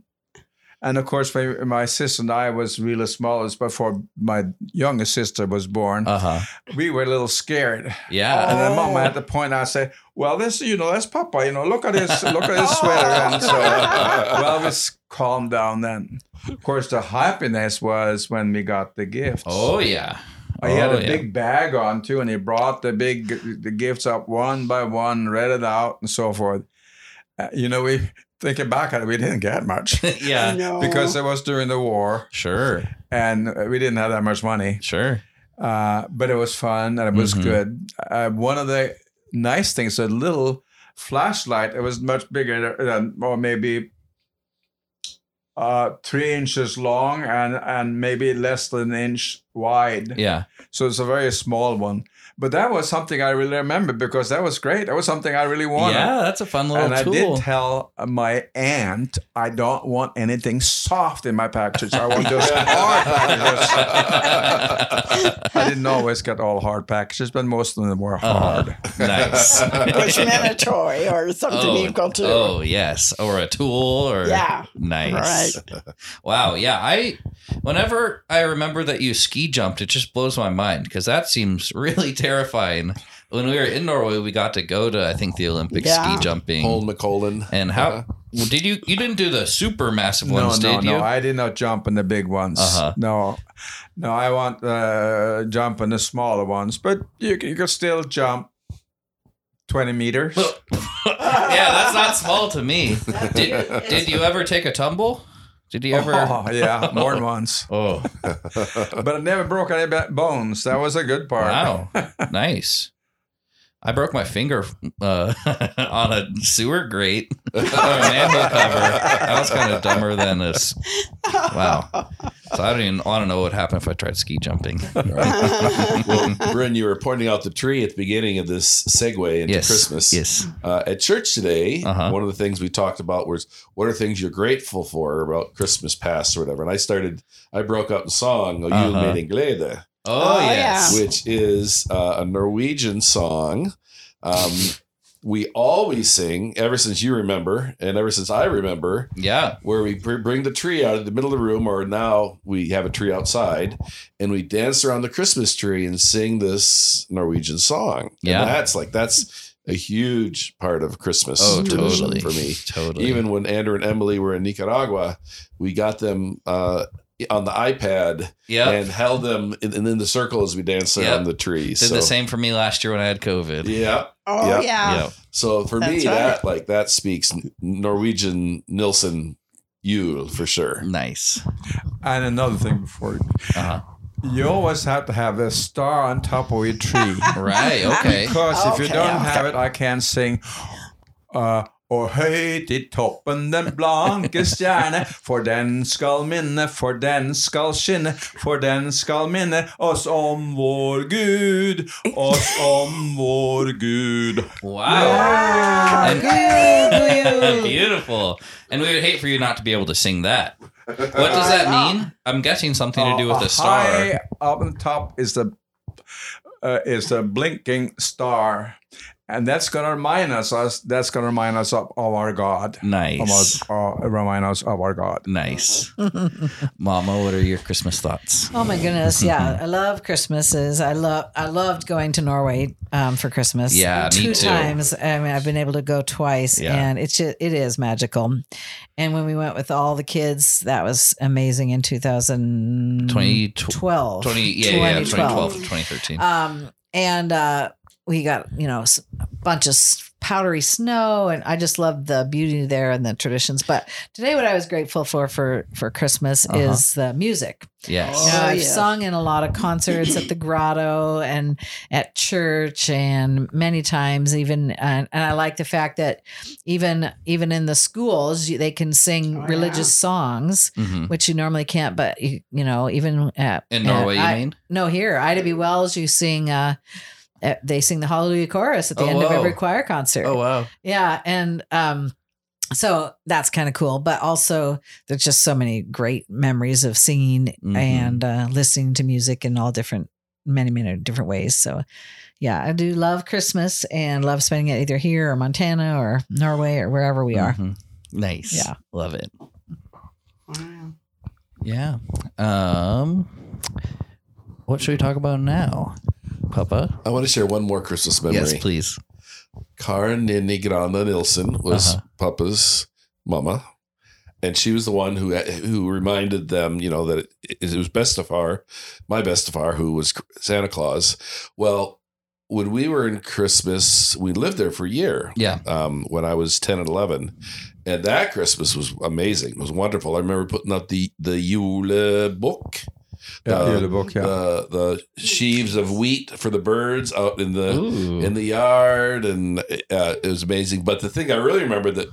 Speaker 2: And of course, my, my sister and I was really small. It's before my youngest sister was born.
Speaker 1: Uh huh.
Speaker 2: we were a little scared.
Speaker 1: Yeah.
Speaker 2: And then mama had to point out, say, "Well, this, you know, that's Papa. You know, look at his, look at his sweater." And so, well, we s- calmed down then. Of course, the happiness was when we got the gifts.
Speaker 1: Oh yeah. Oh,
Speaker 2: he had a
Speaker 1: yeah.
Speaker 2: big bag on too, and he brought the big the gifts up one by one, read it out, and so forth. Uh, you know, we thinking back at it, we didn't get much
Speaker 1: yeah.
Speaker 4: Oh.
Speaker 2: because it was during the war,
Speaker 1: Sure.
Speaker 2: and uh, we didn't have that much money.
Speaker 1: Sure.
Speaker 2: Uh, but it was fun and it was
Speaker 1: Mhm.
Speaker 2: good. Uh, one of the nice things, a little flashlight. It was much bigger than, or maybe uh, three inches long and and maybe less than an inch wide.
Speaker 1: Yeah.
Speaker 2: So it's a very small one. But that was something I really remember because that was great. That was something I really wanted.
Speaker 1: Yeah, Oh, that's a fun little
Speaker 2: and
Speaker 1: tool.
Speaker 2: I did tell my aunt I don't want anything soft in my packages. I want just hard packages. I didn't always get all hard packages, but most of them were
Speaker 1: Uh-huh.
Speaker 2: hard.
Speaker 1: nice.
Speaker 4: Which meant a toy or something
Speaker 1: Oh,
Speaker 4: equal to.
Speaker 1: Oh yes, or a tool, or
Speaker 4: Yeah.
Speaker 1: nice. Wow, yeah. I whenever I remember that you ski jumped, it just blows my mind because that seems really terrifying. When we were in Norway, we got to go to I think the Olympic
Speaker 4: Yeah.
Speaker 1: ski jumping.
Speaker 3: Paul McColin.
Speaker 1: And how well, did you? You didn't do the super massive
Speaker 2: Uh-huh. No,
Speaker 1: ones,
Speaker 2: no,
Speaker 1: did
Speaker 2: no.
Speaker 1: you?
Speaker 2: I did not jump in the big ones.
Speaker 1: Uh-huh.
Speaker 2: No, no. I want uh, jump in the smaller ones, but you c- you can still jump twenty meters.
Speaker 1: yeah, that's not small to me. Did, did you ever take a tumble? Did you ever?
Speaker 2: Oh, yeah, more than once.
Speaker 1: Oh,
Speaker 2: But I never broke any ba- bones. That was a good part.
Speaker 1: wow, nice. I broke my finger uh, on a sewer grate on a manhole Oh, cover. That was kind of dumber than this. Wow. So I don't even I don't know what would happen if I tried ski jumping.
Speaker 4: Oh,
Speaker 3: well, Bryn, you were pointing out the tree at the beginning of this segue into
Speaker 1: yes,
Speaker 3: Christmas.
Speaker 1: Yes.
Speaker 3: Uh, at church today,
Speaker 1: Uh-huh.
Speaker 3: one of the things we talked about was what are things you're grateful for about Christmas past or whatever. And I started, I broke out in song, "Oh, "O Jul
Speaker 1: Uh-huh.
Speaker 3: med en Glädje,"
Speaker 1: Oh,
Speaker 4: Oh,
Speaker 1: yes.
Speaker 3: which is uh, a Norwegian song. Um, we always sing ever since you remember, and ever since I remember,
Speaker 1: Yeah.
Speaker 3: where we br- bring the tree out of the middle of the room, or now we have a tree outside, and we dance around the Christmas tree and sing this Norwegian song. And
Speaker 1: Yeah.
Speaker 3: that's like that's a huge part of Christmas.
Speaker 1: Oh,
Speaker 3: tradition
Speaker 1: totally.
Speaker 3: for me.
Speaker 1: Totally.
Speaker 3: Even when Andrew and Emily were in Nicaragua, we got them uh, on the iPad
Speaker 1: yeah.
Speaker 3: and held them in, in the circle as we danced
Speaker 1: Yep.
Speaker 3: around the tree.
Speaker 1: Did the same for me last year when I had COVID.
Speaker 3: Yeah.
Speaker 4: Oh,
Speaker 3: Yeah.
Speaker 4: yeah.
Speaker 1: Yeah.
Speaker 3: So for me,
Speaker 4: That's right.
Speaker 3: that like that speaks Norwegian Nilsson Yule for sure.
Speaker 1: Nice.
Speaker 2: And another thing before
Speaker 1: Uh-huh.
Speaker 2: you always have to have a star on top of your tree.
Speaker 1: Right. Okay.
Speaker 2: Because if you
Speaker 4: Okay,
Speaker 2: don't
Speaker 4: okay.
Speaker 2: have it, I can't sing. Uh, og høyt i toppen den blanke stjerne, for den skal minne, for den skal skinne, for den skal minne oss om vår Gud, oss om vår Gud.
Speaker 1: Wow.
Speaker 5: Ah,
Speaker 1: And-
Speaker 5: goo, goo.
Speaker 1: Beautiful. And we would hate for you not to be able to sing that. What does that mean? I'm guessing something to do with
Speaker 2: Uh,
Speaker 1: the star.
Speaker 2: High up on top is the uh, is the blinking star, and that's gonna remind us. us that's gonna remind us of, of our God.
Speaker 1: Nice.
Speaker 2: About, uh, remind us of our God.
Speaker 1: Nice. Mama, what are your Christmas thoughts?
Speaker 5: Oh my goodness! Yeah, I love Christmases. I love I loved going to Norway um, for Christmas.
Speaker 1: Yeah, me
Speaker 5: two
Speaker 1: too.
Speaker 5: times. I mean, I've been able to go twice,
Speaker 1: Yeah.
Speaker 5: and it's ju- it is magical. And when we went with all the kids, that was amazing in 2012.
Speaker 1: 20, 20 yeah, yeah, 2012 2013.
Speaker 5: Um, and uh, we got you know s- a bunch of s- powdery snow, and I just loved the beauty there and the traditions. But today, what I was grateful for for for Christmas
Speaker 1: Uh-huh.
Speaker 5: is the music.
Speaker 1: yes.
Speaker 5: You know,
Speaker 4: Oh,
Speaker 5: I've
Speaker 4: yes.
Speaker 5: sung in a lot of concerts at the grotto and at church and many times even and, and I like the fact that even even in the schools you- they can sing
Speaker 4: Oh, yeah.
Speaker 5: religious songs
Speaker 1: Mhm.
Speaker 5: which you normally can't but you, you know even at,
Speaker 1: In Norway,
Speaker 5: at,
Speaker 1: you mean?
Speaker 5: no here Ida B Wells you sing uh uh, they sing the Hallelujah chorus at the
Speaker 1: Oh,
Speaker 5: end of
Speaker 1: whoa.
Speaker 5: every choir concert.
Speaker 3: Oh,
Speaker 1: wow.
Speaker 5: Yeah, and um so that's kind of cool, but also there's just so many great memories of singing
Speaker 1: Mhm.
Speaker 3: Mm-hmm.
Speaker 5: and uh, listening to music in all different many many different ways. So yeah, I do love Christmas and love spending it either here or Montana or Norway or wherever we
Speaker 3: Mm-hmm.
Speaker 5: are.
Speaker 1: Mhm. Nice.
Speaker 5: Yeah.
Speaker 1: Love it.
Speaker 4: Wow.
Speaker 1: Yeah. Um What should we talk about now? Papa?
Speaker 3: I want to share one more Christmas memory.
Speaker 1: Yes, please.
Speaker 3: Karin Nigrana Nilsson was
Speaker 1: Uh-huh.
Speaker 3: Papa's mama, and she was the one who who reminded them, you know, that it, it was Bestafar, my Bestafar, who was Santa Claus. Well, when we were in Christmas, we lived there for a year.
Speaker 1: Yeah.
Speaker 3: Um, when I was ten and eleven, and that Christmas was amazing. It was wonderful. I remember putting up the the Yule book.
Speaker 2: Yeah,
Speaker 3: Uh,
Speaker 2: yeah, the book, yeah.
Speaker 3: the the sheaves of wheat for the birds out in the
Speaker 1: Ooh.
Speaker 3: Uh, in the yard, and uh, it was amazing. But the thing I really remember that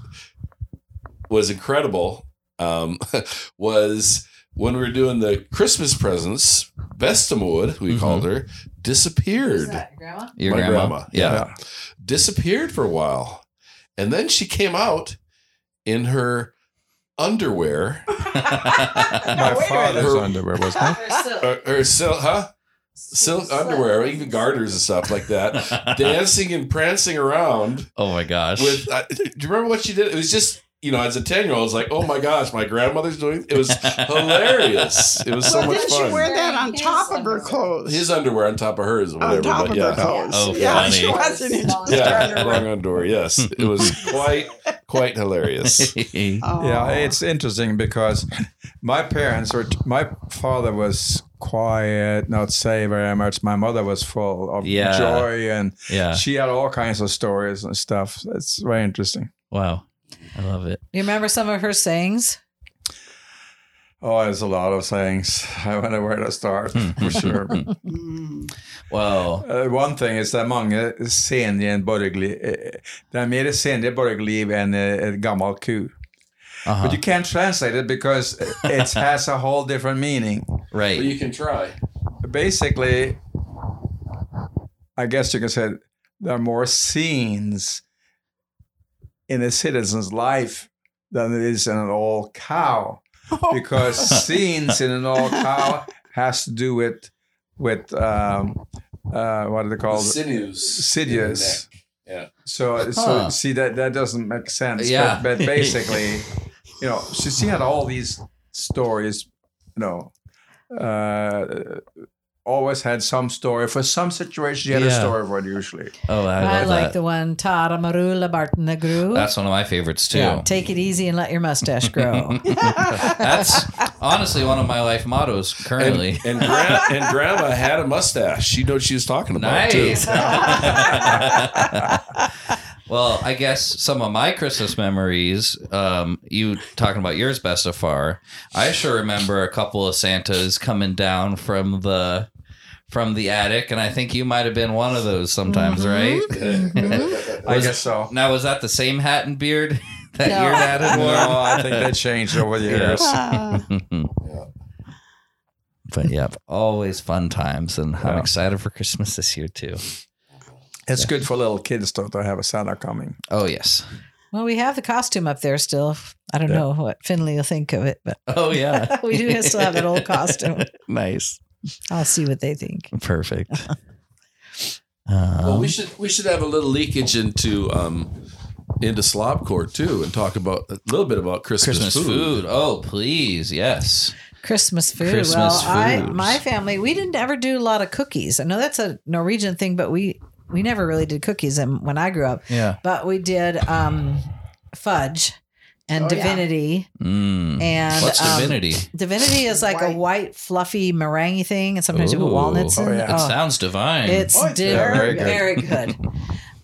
Speaker 3: was incredible um, was when we were doing the Christmas presents. Vestamood, we
Speaker 1: Mhm.
Speaker 3: called her, disappeared.
Speaker 5: grandma?
Speaker 1: Your
Speaker 3: my
Speaker 1: grandma.
Speaker 3: grandma.
Speaker 1: Yeah.
Speaker 2: Yeah.
Speaker 3: disappeared for a while. And then she came out in her underwear.
Speaker 2: My
Speaker 4: wait a
Speaker 2: father's
Speaker 3: minute.
Speaker 2: underwear was
Speaker 5: Oh,
Speaker 2: not.
Speaker 3: Or, or silk, huh? Silk Uh, underwear, or even garters and stuff like that, dancing and prancing around.
Speaker 1: oh my gosh.
Speaker 3: With, I do you remember what she did? It was just, you know, as a ten year old, I was like, oh my gosh, my grandmother's doing. It was hilarious. It was so
Speaker 4: well,
Speaker 3: much
Speaker 4: did she
Speaker 3: fun.
Speaker 4: wear that on top of her clothes?
Speaker 3: His underwear on top of hers, or whatever.
Speaker 4: on top
Speaker 3: but
Speaker 4: of
Speaker 3: yeah.
Speaker 4: her clothes.
Speaker 1: Oh,
Speaker 4: yeah,
Speaker 1: funny.
Speaker 4: she wasn't in just her
Speaker 3: yeah,
Speaker 4: underwear.
Speaker 3: wrong underwear. Yes, it was quite, quite hilarious.
Speaker 4: Oh.
Speaker 2: Yeah, it's interesting because my parents were, my father was quiet, not say very much. My mother was full of
Speaker 1: Yeah.
Speaker 2: joy and
Speaker 1: yeah.
Speaker 2: she had all kinds of stories and stuff. It's very interesting.
Speaker 1: Wow. I love it.
Speaker 5: You remember some of her sayings?
Speaker 2: Oh, there's a lot of things. I wonder where to start for sure.
Speaker 4: Mm.
Speaker 1: Wow.
Speaker 2: Uh, one thing is det er mange senien borgerlig eh, Det er mer senien borgerliv enn eh, et gammel ku. But
Speaker 1: Uh-huh.
Speaker 2: you can't translate it because it has a whole different meaning.
Speaker 3: But
Speaker 1: Right.
Speaker 3: you can try.
Speaker 2: Basically, I guess you can say there are more scenes in a citizen's life than there is in an old cow. Because scenes in an old cow has to do with with um, uh, what do they call it?
Speaker 3: Sinews.
Speaker 2: Sidious. So, so
Speaker 1: Huh.
Speaker 2: see that that doesn't make sense.
Speaker 1: Yeah.
Speaker 2: But, but basically, you know, she, she had all these stories. You know, uh, always had some story for some situation. She had a
Speaker 1: Yeah.
Speaker 2: story for it usually.
Speaker 1: Oh, I,
Speaker 5: I,
Speaker 1: love
Speaker 5: like
Speaker 1: that. Uh,
Speaker 5: the one Tara Marula Barton the Grew.
Speaker 1: That's one of my favorites too.
Speaker 2: Yeah.
Speaker 5: Take it easy and let your mustache grow.
Speaker 1: That's honestly one of my life mottos
Speaker 3: And,
Speaker 1: currently.
Speaker 3: and, gran- and grandma had a mustache. She knew what she was talking about.
Speaker 1: Nice.
Speaker 3: Too.
Speaker 1: well, I guess some of my Christmas memories, um, you talking about yours best so far. I sure remember a couple of Santas coming down from the from the attic, and I think you might have been one of those sometimes, right?
Speaker 2: I
Speaker 1: Was-
Speaker 2: guess so.
Speaker 1: Now was that the same hat and beard that
Speaker 5: No.
Speaker 1: your dad had
Speaker 2: No,
Speaker 1: worn?
Speaker 2: I think that changed over the years.
Speaker 4: Uh,
Speaker 5: Mm-hmm.
Speaker 1: But yeah, always fun times, and I'm
Speaker 2: Yeah.
Speaker 1: excited for Christmas this year too.
Speaker 2: It's good for little kids though to have a Santa coming.
Speaker 1: Oh yes,
Speaker 5: well, we have the costume up there still. I don't
Speaker 2: Yeah.
Speaker 5: know what Finley will think of it, but
Speaker 1: oh yeah,
Speaker 5: we do still have that old costume.
Speaker 1: nice,
Speaker 5: I'll see what they think.
Speaker 1: perfect.
Speaker 3: Well,
Speaker 1: Um,
Speaker 3: we should we should have a little leakage into um into slop court too, and talk about a little bit about Christmas,
Speaker 1: Christmas food. Oh, please, yes.
Speaker 5: Christmas food.
Speaker 1: Christmas
Speaker 5: well, I
Speaker 1: foods.
Speaker 5: my family we didn't ever do a lot of cookies. I know that's a Norwegian thing, but we we never really did cookies. And when I grew up,
Speaker 1: Yeah.
Speaker 5: but we did um, fudge and
Speaker 4: Oh, yeah.
Speaker 5: divinity
Speaker 1: Mm.
Speaker 5: and
Speaker 1: What's
Speaker 5: um,
Speaker 1: divinity?
Speaker 5: Divinity is like a
Speaker 4: White.
Speaker 5: white fluffy meringue thing, and sometimes you put
Speaker 1: Ooh.
Speaker 5: walnuts
Speaker 2: Oh,
Speaker 5: in.
Speaker 2: yeah.
Speaker 1: It sounds divine.
Speaker 5: It's
Speaker 4: Oh, it's
Speaker 5: di-
Speaker 2: very
Speaker 5: very,
Speaker 2: good.
Speaker 5: good.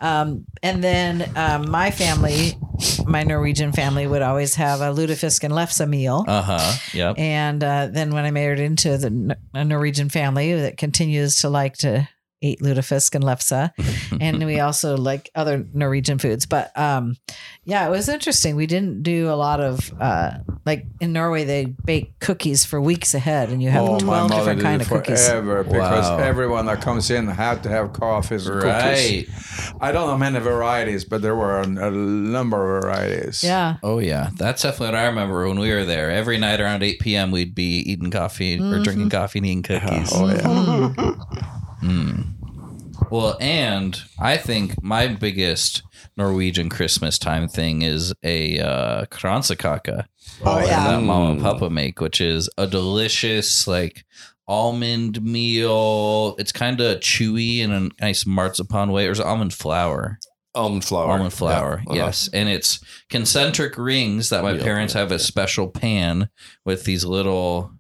Speaker 5: Um, and then um, my family, my Norwegian family, would always have a lutefisk and lefse meal.
Speaker 1: uh huh. Yep.
Speaker 5: and uh, then when I married into the N- a Norwegian family that continues to like to eat lutefisk and lefse, and we also like other Norwegian foods. But um, yeah, it was interesting. We didn't do a lot of uh, like in Norway they bake cookies for weeks ahead, and you have
Speaker 2: oh, my
Speaker 5: twelve
Speaker 2: mother
Speaker 5: different
Speaker 2: did
Speaker 5: kind
Speaker 2: it
Speaker 5: of cookies.
Speaker 2: forever because
Speaker 1: Wow.
Speaker 2: everyone that comes in had to have coffees and
Speaker 1: Right.
Speaker 2: cookies. I don't know how many varieties, but there were a number of varieties.
Speaker 5: Yeah.
Speaker 1: Oh yeah, that's definitely what I remember when we were there. Every night around eight p.m., we'd be eating coffee or drinking coffee and eating cookies. Mm.
Speaker 2: Oh, yeah.
Speaker 1: Well, and I think my biggest Norwegian Christmas time thing is a uh, kransekaka
Speaker 4: oh yeah.
Speaker 1: that mom and papa make, which is a delicious like almond meal. It's kind of chewy in a nice marzipan way, or is it almond flour?
Speaker 3: Almond flour.
Speaker 1: Almond flour,
Speaker 3: Yeah. Uh-huh.
Speaker 1: yes. And it's concentric rings that my
Speaker 3: Yeah,
Speaker 1: parents
Speaker 3: yeah,
Speaker 1: have a special pan with these little,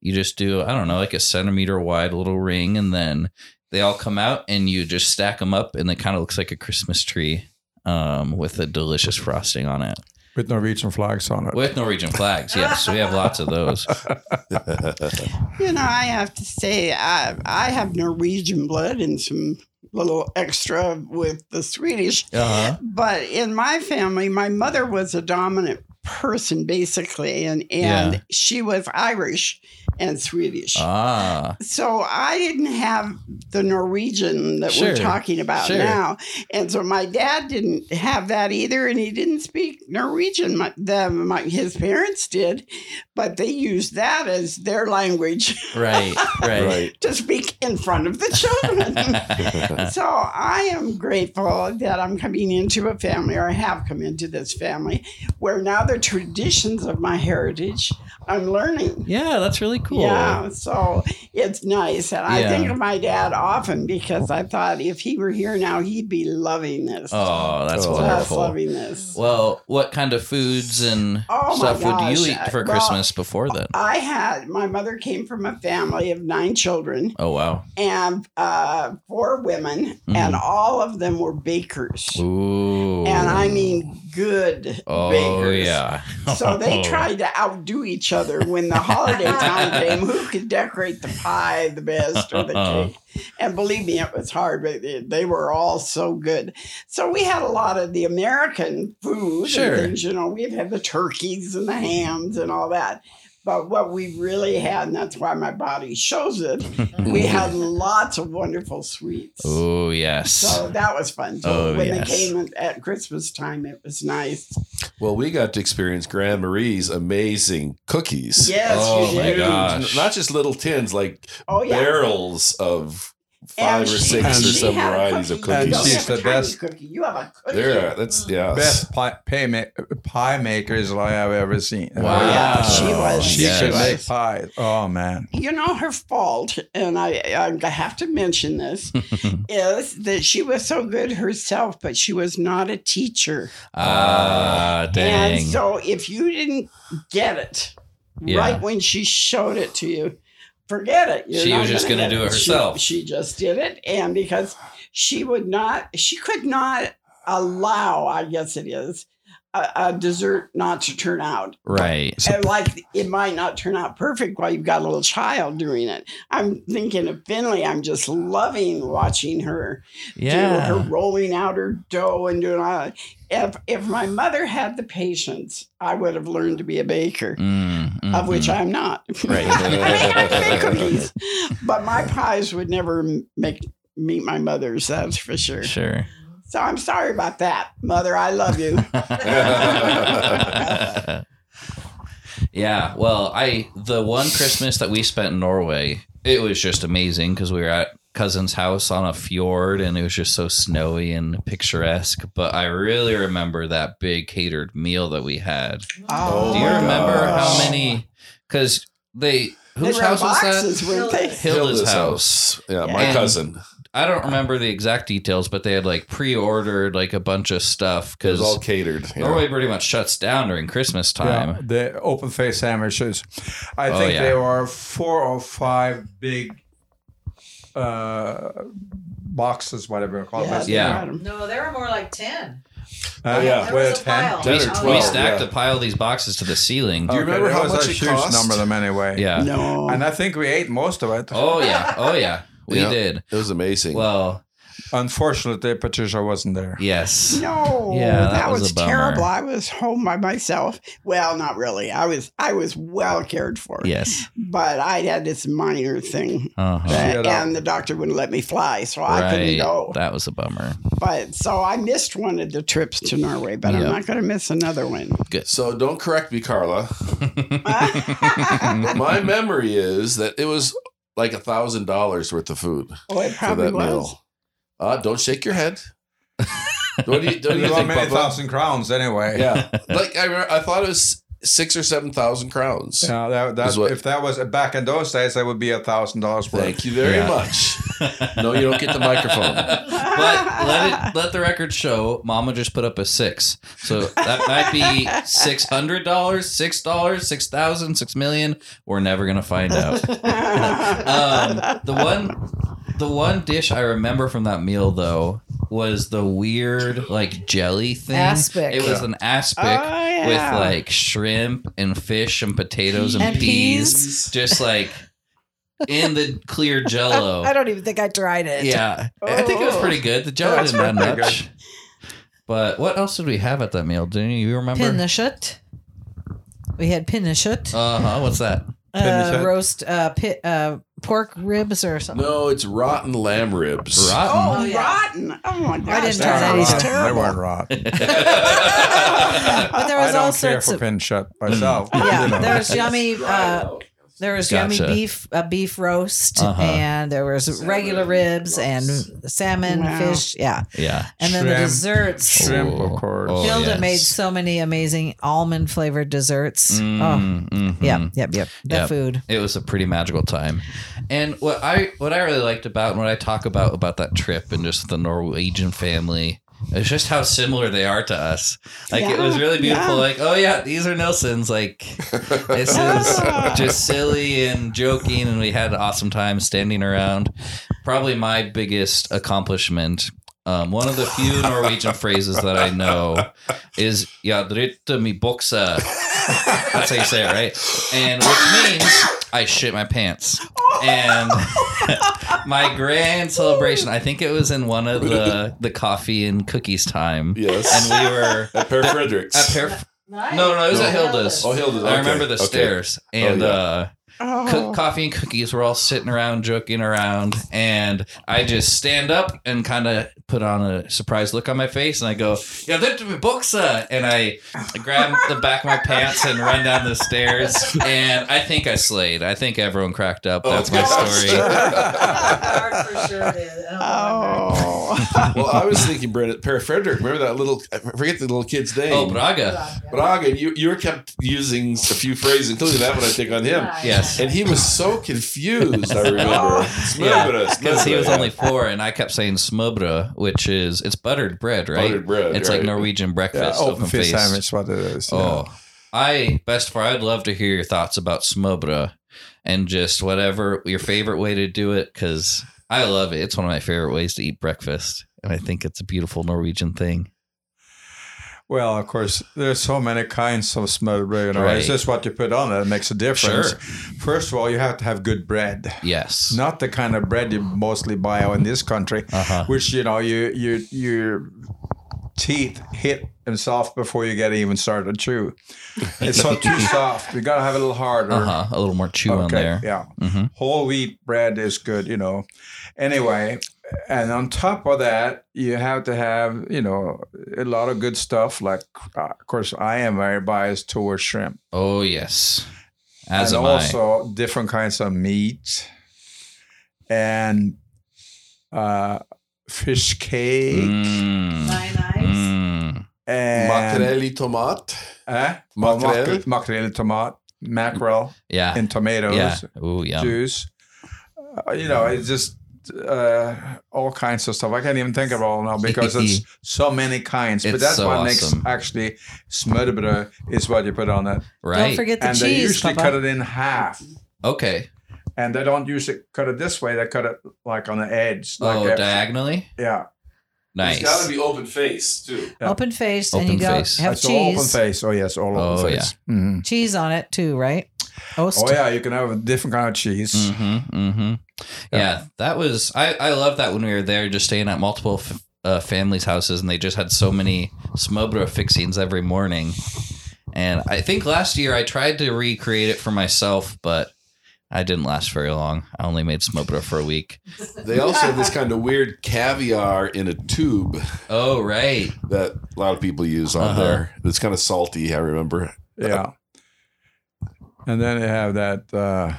Speaker 1: you just do, I don't know, like a centimeter wide little ring. And then they all come out and you just stack them up and it kind of looks like a Christmas tree um, with a delicious frosting on it.
Speaker 2: with Norwegian flags on it.
Speaker 1: with Norwegian flags. Yes, we have lots of those.
Speaker 4: You know, I have to say, I, I have Norwegian blood and some little extra with the Swedish.
Speaker 1: Uh-huh.
Speaker 4: But in my family, my mother was a dominant person, basically, and, and
Speaker 1: Yeah.
Speaker 4: she was Irish and Swedish.
Speaker 1: Ah,
Speaker 4: so I didn't have the Norwegian that
Speaker 1: Sure,
Speaker 4: we're talking about
Speaker 1: sure.
Speaker 4: now, and so my dad didn't have that either, and he didn't speak Norwegian. My, the, my, his parents did, but they used that as their language
Speaker 1: right, right.
Speaker 3: right.
Speaker 4: to speak in front of the children. so I am grateful that I'm coming into a family, or I have come into this family, where now the traditions of my heritage I'm learning.
Speaker 1: yeah, that's really cool.
Speaker 4: Yeah, so it's nice. And I
Speaker 1: Yeah.
Speaker 4: think of my dad often because I thought if he were here now, he'd be loving this.
Speaker 1: Oh, that's
Speaker 3: Oh,
Speaker 4: Just
Speaker 1: wonderful.
Speaker 4: loving this.
Speaker 1: Well, what kind of foods and
Speaker 4: Oh my
Speaker 1: stuff would you
Speaker 4: gosh,
Speaker 1: eat for
Speaker 4: well,
Speaker 1: Christmas before then?
Speaker 4: I had, my mother came from a family of nine children
Speaker 1: Oh wow.
Speaker 4: and uh, four women,
Speaker 1: Mhm.
Speaker 4: and all of them were bakers.
Speaker 1: Ooh.
Speaker 4: And I mean good
Speaker 1: Oh
Speaker 4: bakers.
Speaker 1: yeah.
Speaker 4: So
Speaker 1: Oh.
Speaker 4: they tried to outdo each other when the holiday time came. Who could decorate the pie the best or the cake? And believe me, it was hard, but they- they were all so good. So we had a lot of the American food
Speaker 1: Sure.
Speaker 4: and things. You know, we've had the turkeys and the hams and all that. But what we really had, and that's why my body shows it, we had lots of wonderful sweets.
Speaker 1: Oh yes.
Speaker 4: So that was fun. So
Speaker 1: Oh,
Speaker 4: when
Speaker 1: yes.
Speaker 4: they came at Christmas time, it was nice.
Speaker 3: Well, we got to experience Grand Marie's amazing cookies.
Speaker 4: Yes,
Speaker 1: Oh,
Speaker 4: you
Speaker 1: my
Speaker 4: did.
Speaker 1: God.
Speaker 3: Huge, Not just little tins, like
Speaker 4: Oh yeah.
Speaker 3: barrels of five
Speaker 4: And
Speaker 3: or
Speaker 4: she-
Speaker 3: six
Speaker 4: and
Speaker 3: or
Speaker 4: she
Speaker 3: seven
Speaker 4: had a
Speaker 3: varieties of
Speaker 4: cookie. You
Speaker 2: And
Speaker 4: don't
Speaker 2: she's
Speaker 3: cookies.
Speaker 4: have a
Speaker 2: the
Speaker 4: tiny
Speaker 2: best.
Speaker 4: Cookie. You have a cookie. Mm.
Speaker 3: There, that's yes.
Speaker 2: Best pie, pie, ma- pie makers I have ever seen. Oh,
Speaker 1: Wow.
Speaker 4: yeah, she was.
Speaker 2: She
Speaker 1: Yes.
Speaker 2: could make pies. Oh man.
Speaker 4: You know her fault, and I, I have to mention this, is that she was so good herself, but she was not a teacher.
Speaker 1: Ah, dang.
Speaker 4: uh, And so if you didn't get it
Speaker 1: Yeah.
Speaker 4: right when she showed it to you, forget it. You're
Speaker 1: She
Speaker 4: not
Speaker 1: was just
Speaker 4: gonna
Speaker 1: gonna
Speaker 4: get
Speaker 1: do it
Speaker 4: She-
Speaker 1: herself.
Speaker 4: She, just did it. And because she would not, she could not allow, I guess it is, a, a dessert not to turn out.
Speaker 1: right.
Speaker 4: and like it might not turn out perfect while you've got a little child doing it. I'm thinking of Finley. I'm just loving watching her
Speaker 1: Yeah.
Speaker 4: do her rolling out her dough and doing all that. If if my mother had the patience, I would have learned to be a baker,
Speaker 1: Mm,
Speaker 4: of which
Speaker 1: mhm.
Speaker 4: I'm not.
Speaker 1: Right.
Speaker 4: I mean, I can make cookies, but my pies would never m- make meet my mother's. That's for sure.
Speaker 1: mm. sure.
Speaker 4: So I'm sorry about that, mother. I love you.
Speaker 1: yeah. Well, I the one Christmas that we spent in Norway, it was just amazing because we were at cousin's house on a fjord and it was just so snowy and picturesque. But I really remember that big catered meal that we had.
Speaker 3: Oh
Speaker 1: Do you
Speaker 3: my
Speaker 1: remember
Speaker 3: gosh.
Speaker 1: how many? Because they
Speaker 4: They
Speaker 1: whose
Speaker 4: were
Speaker 1: house was that?
Speaker 4: boxes, weren't they?
Speaker 1: Hilda's, house.
Speaker 3: Yeah,
Speaker 4: Yeah.
Speaker 3: my
Speaker 1: And-
Speaker 3: cousin.
Speaker 1: I don't remember the exact details, but they had like pre-ordered like a bunch of stuff
Speaker 3: It was all
Speaker 1: because
Speaker 3: catered. yeah.
Speaker 1: Norway pretty much shuts down during Christmas
Speaker 2: Yeah,
Speaker 1: time.
Speaker 2: the open face sandwiches. I
Speaker 1: Oh,
Speaker 2: think
Speaker 1: yeah.
Speaker 2: there were four or five big uh, boxes, whatever you call Uh,
Speaker 4: Yeah.
Speaker 2: them.
Speaker 4: they
Speaker 1: Yeah.
Speaker 4: had 'em.
Speaker 5: No, there were more like 10.
Speaker 2: Uh,
Speaker 3: Oh, yeah.
Speaker 5: There
Speaker 2: with
Speaker 5: was a
Speaker 2: ten.
Speaker 5: pile.
Speaker 3: Ten or
Speaker 5: Oh,
Speaker 3: twelve.
Speaker 1: we
Speaker 5: yeah.
Speaker 1: stacked
Speaker 3: yeah. Oh.
Speaker 1: a pile of these boxes to the ceiling.
Speaker 3: Do you remember
Speaker 2: there
Speaker 3: how
Speaker 2: was
Speaker 3: much
Speaker 2: a
Speaker 3: it
Speaker 2: huge
Speaker 3: cost?
Speaker 2: number of them anyway.
Speaker 1: Yeah.
Speaker 4: No.
Speaker 2: And I think we ate most of it.
Speaker 1: Oh yeah. Oh yeah. We
Speaker 3: Yeah.
Speaker 1: did.
Speaker 3: It was amazing.
Speaker 1: Well,
Speaker 2: Unfortunately, Patricia wasn't there.
Speaker 1: yes.
Speaker 4: No,
Speaker 1: Yeah, that
Speaker 4: that,
Speaker 1: was
Speaker 4: was,
Speaker 1: a bummer.
Speaker 4: terrible. I was home by myself. Well, not really. I was I was well cared for.
Speaker 1: Yes.
Speaker 4: But I had this minor thing.
Speaker 1: Uh-huh.
Speaker 2: Shut
Speaker 4: that-
Speaker 2: up.
Speaker 4: and the doctor wouldn't let me fly, so I couldn't
Speaker 1: Right.
Speaker 4: go.
Speaker 1: That was a bummer.
Speaker 4: But so I missed one of the trips to Norway, but
Speaker 1: Yeah.
Speaker 4: I'm not going to miss another one. Oh,
Speaker 3: so don't correct me, Carla. My memory is that it was like a thousand dollars worth of food
Speaker 4: Oh, it
Speaker 3: for
Speaker 4: probably
Speaker 3: that
Speaker 4: was.
Speaker 3: meal. Uh, don't shake your head. what do you, don't you
Speaker 2: Not
Speaker 3: think,
Speaker 2: many
Speaker 3: Bubba?
Speaker 2: thousand crowns anyway.
Speaker 3: Yeah, like I, remember, I thought it was six or seven thousand crowns.
Speaker 2: Yeah, that, that,
Speaker 3: Is what-
Speaker 2: if that was back in those days, that would be a thousand dollars worth.
Speaker 3: Thank you very
Speaker 1: Yeah.
Speaker 3: much. No, you don't get the microphone.
Speaker 1: but let it let the record show. Mama just put up a six, so that might be six hundred dollars, six dollars, six thousand, six million. We're never gonna find out. um, the one the one dish I remember from that meal though was the weird like jelly thing.
Speaker 5: Aspic.
Speaker 1: It was an aspic
Speaker 4: Oh, yeah.
Speaker 1: with like shrimp and fish and potatoes and,
Speaker 5: And
Speaker 1: peas,
Speaker 5: peas.
Speaker 1: just like in the clear jello.
Speaker 5: I don't even think I tried it.
Speaker 1: yeah, I think it was
Speaker 4: Oh.
Speaker 1: pretty good. The jello
Speaker 2: That's
Speaker 1: didn't have
Speaker 2: pretty
Speaker 1: much. But what else did we have at that meal? Do you remember?
Speaker 5: Pinnashut. We had pinnashut.
Speaker 1: uh huh. What's that?
Speaker 5: Uh,
Speaker 2: Pinnashut.
Speaker 5: roast uh, pi- uh, pork ribs or something.
Speaker 3: No, it's rotten lamb ribs.
Speaker 1: Rotten.
Speaker 4: Oh,
Speaker 5: yeah.
Speaker 4: rotten. Oh my gosh.
Speaker 5: didn't
Speaker 4: that
Speaker 5: try that
Speaker 4: was
Speaker 5: either.
Speaker 2: They
Speaker 4: terrible.
Speaker 2: weren't rot.
Speaker 5: But there
Speaker 2: I
Speaker 5: was all
Speaker 2: don't care
Speaker 5: sorts
Speaker 2: for
Speaker 5: of
Speaker 2: pin shut
Speaker 3: Mm.
Speaker 2: myself.
Speaker 5: yeah.
Speaker 2: you know.
Speaker 5: There was yummy. Uh, there was
Speaker 1: Gotcha.
Speaker 5: yummy beef, a beef roast,
Speaker 1: Uh-huh.
Speaker 5: and there was regular ribs and salmon,
Speaker 4: Wow.
Speaker 5: fish. Yeah,
Speaker 1: Yeah. Oh.
Speaker 5: and then the
Speaker 2: Shrimp. Oh,
Speaker 5: desserts.
Speaker 2: Shrimp, of course.
Speaker 5: Hilda
Speaker 1: yes.
Speaker 5: made so many amazing almond flavored desserts. Oh,
Speaker 1: Mm,
Speaker 2: Mm-hmm.
Speaker 1: mhm.
Speaker 5: yep, yep, yep. The
Speaker 1: Yep.
Speaker 5: food.
Speaker 1: it was a pretty magical time. And what I what I really liked about and what I talk about about that trip and just the Norwegian family is just how similar they are to us. Like it was
Speaker 4: Yeah,
Speaker 1: really beautiful.
Speaker 4: yeah.
Speaker 1: Like oh yeah, these are Nelsons. Like this is
Speaker 4: Ah.
Speaker 1: just silly and joking, and we had an awesome time standing around. Probably my biggest accomplishment. Um, one of the few Norwegian phrases that I know is "Ja dritte mi buksa." That's how you say it, right? And which means I shit my pants. And my grand celebration, I think it was in one of the the coffee and cookies time.
Speaker 3: Yes.
Speaker 1: And we were
Speaker 3: At Per Fredericks.
Speaker 1: at Pear No, no, it was at Hilda's.
Speaker 3: oh, Hilda's.
Speaker 1: I remember
Speaker 3: okay,
Speaker 1: the
Speaker 3: okay.
Speaker 1: stairs. And
Speaker 3: yeah.
Speaker 1: uh
Speaker 4: Oh.
Speaker 1: co- coffee and cookies were all sitting around joking around and i just stand up and kind of put on a surprised look on my face and i go yeah that to be boxa uh," and i grab the back of my pants and run down the stairs and i think i slayed i think everyone cracked
Speaker 3: Oh,
Speaker 1: up that's my
Speaker 3: God.
Speaker 1: story
Speaker 4: Oh.
Speaker 3: well, I was thinking, Brett, at Per Frederick, remember that little, I forget the little kid's name.
Speaker 1: oh braga
Speaker 3: But Aga, you, you were kept using a few phrases, including that one I think on him.
Speaker 1: yes
Speaker 3: And he was so confused, I remember. Smubra,
Speaker 1: because he was
Speaker 3: smubra.
Speaker 1: only four and i kept saying smubra which is it's buttered bread right
Speaker 3: Buttered bread,
Speaker 1: it's like
Speaker 3: right.
Speaker 1: norwegian
Speaker 2: Yeah,
Speaker 1: breakfast
Speaker 2: open
Speaker 1: open
Speaker 2: fish
Speaker 1: faced.
Speaker 2: sandwich, what it Oh, is. yeah.
Speaker 1: Oh, I best for I'd love to hear your thoughts about Smobra and just whatever your favorite way to do it because I love it. It's one of my favorite ways to eat breakfast, and I think it's a beautiful Norwegian thing.
Speaker 2: Well, of course, there's so many kinds of smoked bread. You know, It's
Speaker 1: Right.
Speaker 2: just what you put on it that makes a difference.
Speaker 1: Sure.
Speaker 2: First of all, you have to have good bread,
Speaker 1: Yes.
Speaker 2: not the kind of bread you mostly buy out in this country,
Speaker 1: Uh huh.
Speaker 2: which you know you you your teeth hit themselves before you get even started to chew. It's so too soft. You gotta have it a little harder.
Speaker 1: Uh huh. A little more chew on there.
Speaker 2: Yeah.
Speaker 1: Mhm.
Speaker 2: Whole wheat bread is good, you know. Anyway, and on top of that, you have to have, you know, a lot of good stuff. Like, uh, of course, I am very biased towards shrimp.
Speaker 1: Oh yes. As
Speaker 2: and
Speaker 1: am
Speaker 2: also different kinds of meat and uh, fish
Speaker 1: I.
Speaker 2: cake.
Speaker 1: Mm,
Speaker 5: Nine eyes.
Speaker 1: mm.
Speaker 2: And,
Speaker 3: Macarelli tomat.
Speaker 2: eh?
Speaker 3: Mackerel.
Speaker 2: Mackerel. Mackerel, tomat, mackerel,
Speaker 1: Yeah.
Speaker 2: and tomatoes.
Speaker 1: yeah. Ooh, yeah.
Speaker 2: juice. Uh, you know, it's just uh, all kinds of stuff. I can't even think of all now because it's so many kinds. but
Speaker 1: It's
Speaker 2: that's
Speaker 1: so
Speaker 2: what
Speaker 1: awesome.
Speaker 2: makes actually smørbrød is what you put on it,
Speaker 5: Don't
Speaker 1: Right.
Speaker 5: forget the
Speaker 2: and they
Speaker 5: cheese,
Speaker 2: usually
Speaker 5: Papa.
Speaker 2: cut it in half.
Speaker 1: Okay.
Speaker 2: And they don't usually cut it this way. They cut it like on the edge. Like
Speaker 1: Oh,
Speaker 2: a-
Speaker 1: diagonally.
Speaker 2: yeah.
Speaker 1: Nice.
Speaker 3: gotta be open face, too.
Speaker 5: Open faced, and
Speaker 1: Open
Speaker 5: you go
Speaker 1: faced.
Speaker 5: have
Speaker 2: It's all open
Speaker 5: cheese.
Speaker 2: face. Oh yes, all
Speaker 1: Oh,
Speaker 2: open face. Mhm.
Speaker 5: Cheese on it too, right? Ost.
Speaker 2: Oh yeah, you can have a different kind of cheese.
Speaker 1: Mm-hmm, mm-hmm. Yeah.
Speaker 2: Yeah.
Speaker 1: that was. I I love that when we were there, just staying at multiple f- uh, families' houses, and they just had so many smobro fixings every morning. And I think last year I tried to recreate it for myself, but I didn't last very long. I only made smobro for a week.
Speaker 3: They also have this kind of weird caviar in a tube
Speaker 1: Oh right,
Speaker 3: that a lot of people use on
Speaker 1: Uh-huh.
Speaker 3: there. It's kind of salty, I remember.
Speaker 2: Yeah. And then they have that. Uh,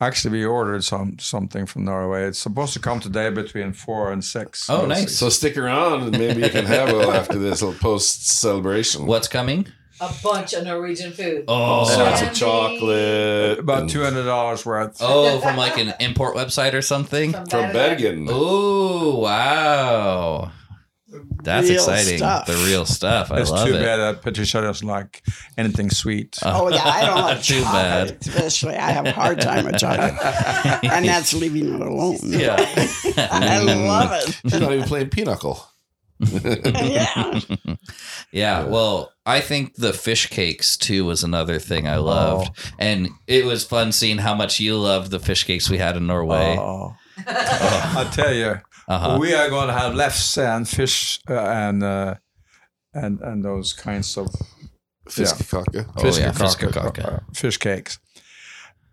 Speaker 2: actually, we ordered some something from Norway. It's supposed to come today between four and six.
Speaker 1: Oh,
Speaker 2: We'll
Speaker 1: nice.
Speaker 2: see.
Speaker 3: So stick around and maybe you can have it after this little post celebration.
Speaker 1: what's coming?
Speaker 5: A bunch of Norwegian food.
Speaker 1: Oh,
Speaker 3: All sorts of
Speaker 5: Candy.
Speaker 3: chocolate.
Speaker 2: About
Speaker 3: and-
Speaker 2: two hundred dollars worth.
Speaker 1: oh, from like an import Oh. website or something.
Speaker 3: From Bergen.
Speaker 1: Oh wow, That's
Speaker 4: Real
Speaker 1: exciting.
Speaker 4: stuff.
Speaker 1: The real stuff. I
Speaker 2: it's
Speaker 1: love
Speaker 2: too
Speaker 1: it.
Speaker 2: bad that Patricia doesn't like anything sweet.
Speaker 4: Oh yeah, I don't like
Speaker 1: too
Speaker 4: chocolate,
Speaker 1: bad.
Speaker 4: especially. I have a hard time with
Speaker 1: Uh,
Speaker 4: chocolate, and that's leaving it alone.
Speaker 1: yeah. Mm-hmm.
Speaker 4: I love it.
Speaker 3: She's not even playing Pinochle.
Speaker 4: Yeah,
Speaker 1: Yeah, well, I think the fish cakes too was another thing
Speaker 4: Oh.
Speaker 1: I loved, and it was fun seeing how much you loved the fish cakes we had in Norway.
Speaker 2: Oh. I tell you,
Speaker 1: Uh-huh.
Speaker 2: we are going to have lefse and fish uh, and uh, and and those kinds of
Speaker 3: Fiskikaka.
Speaker 1: Oh,
Speaker 2: fish,
Speaker 1: yeah,
Speaker 2: kaka-
Speaker 1: fiskikaka.
Speaker 2: uh, fish cakes.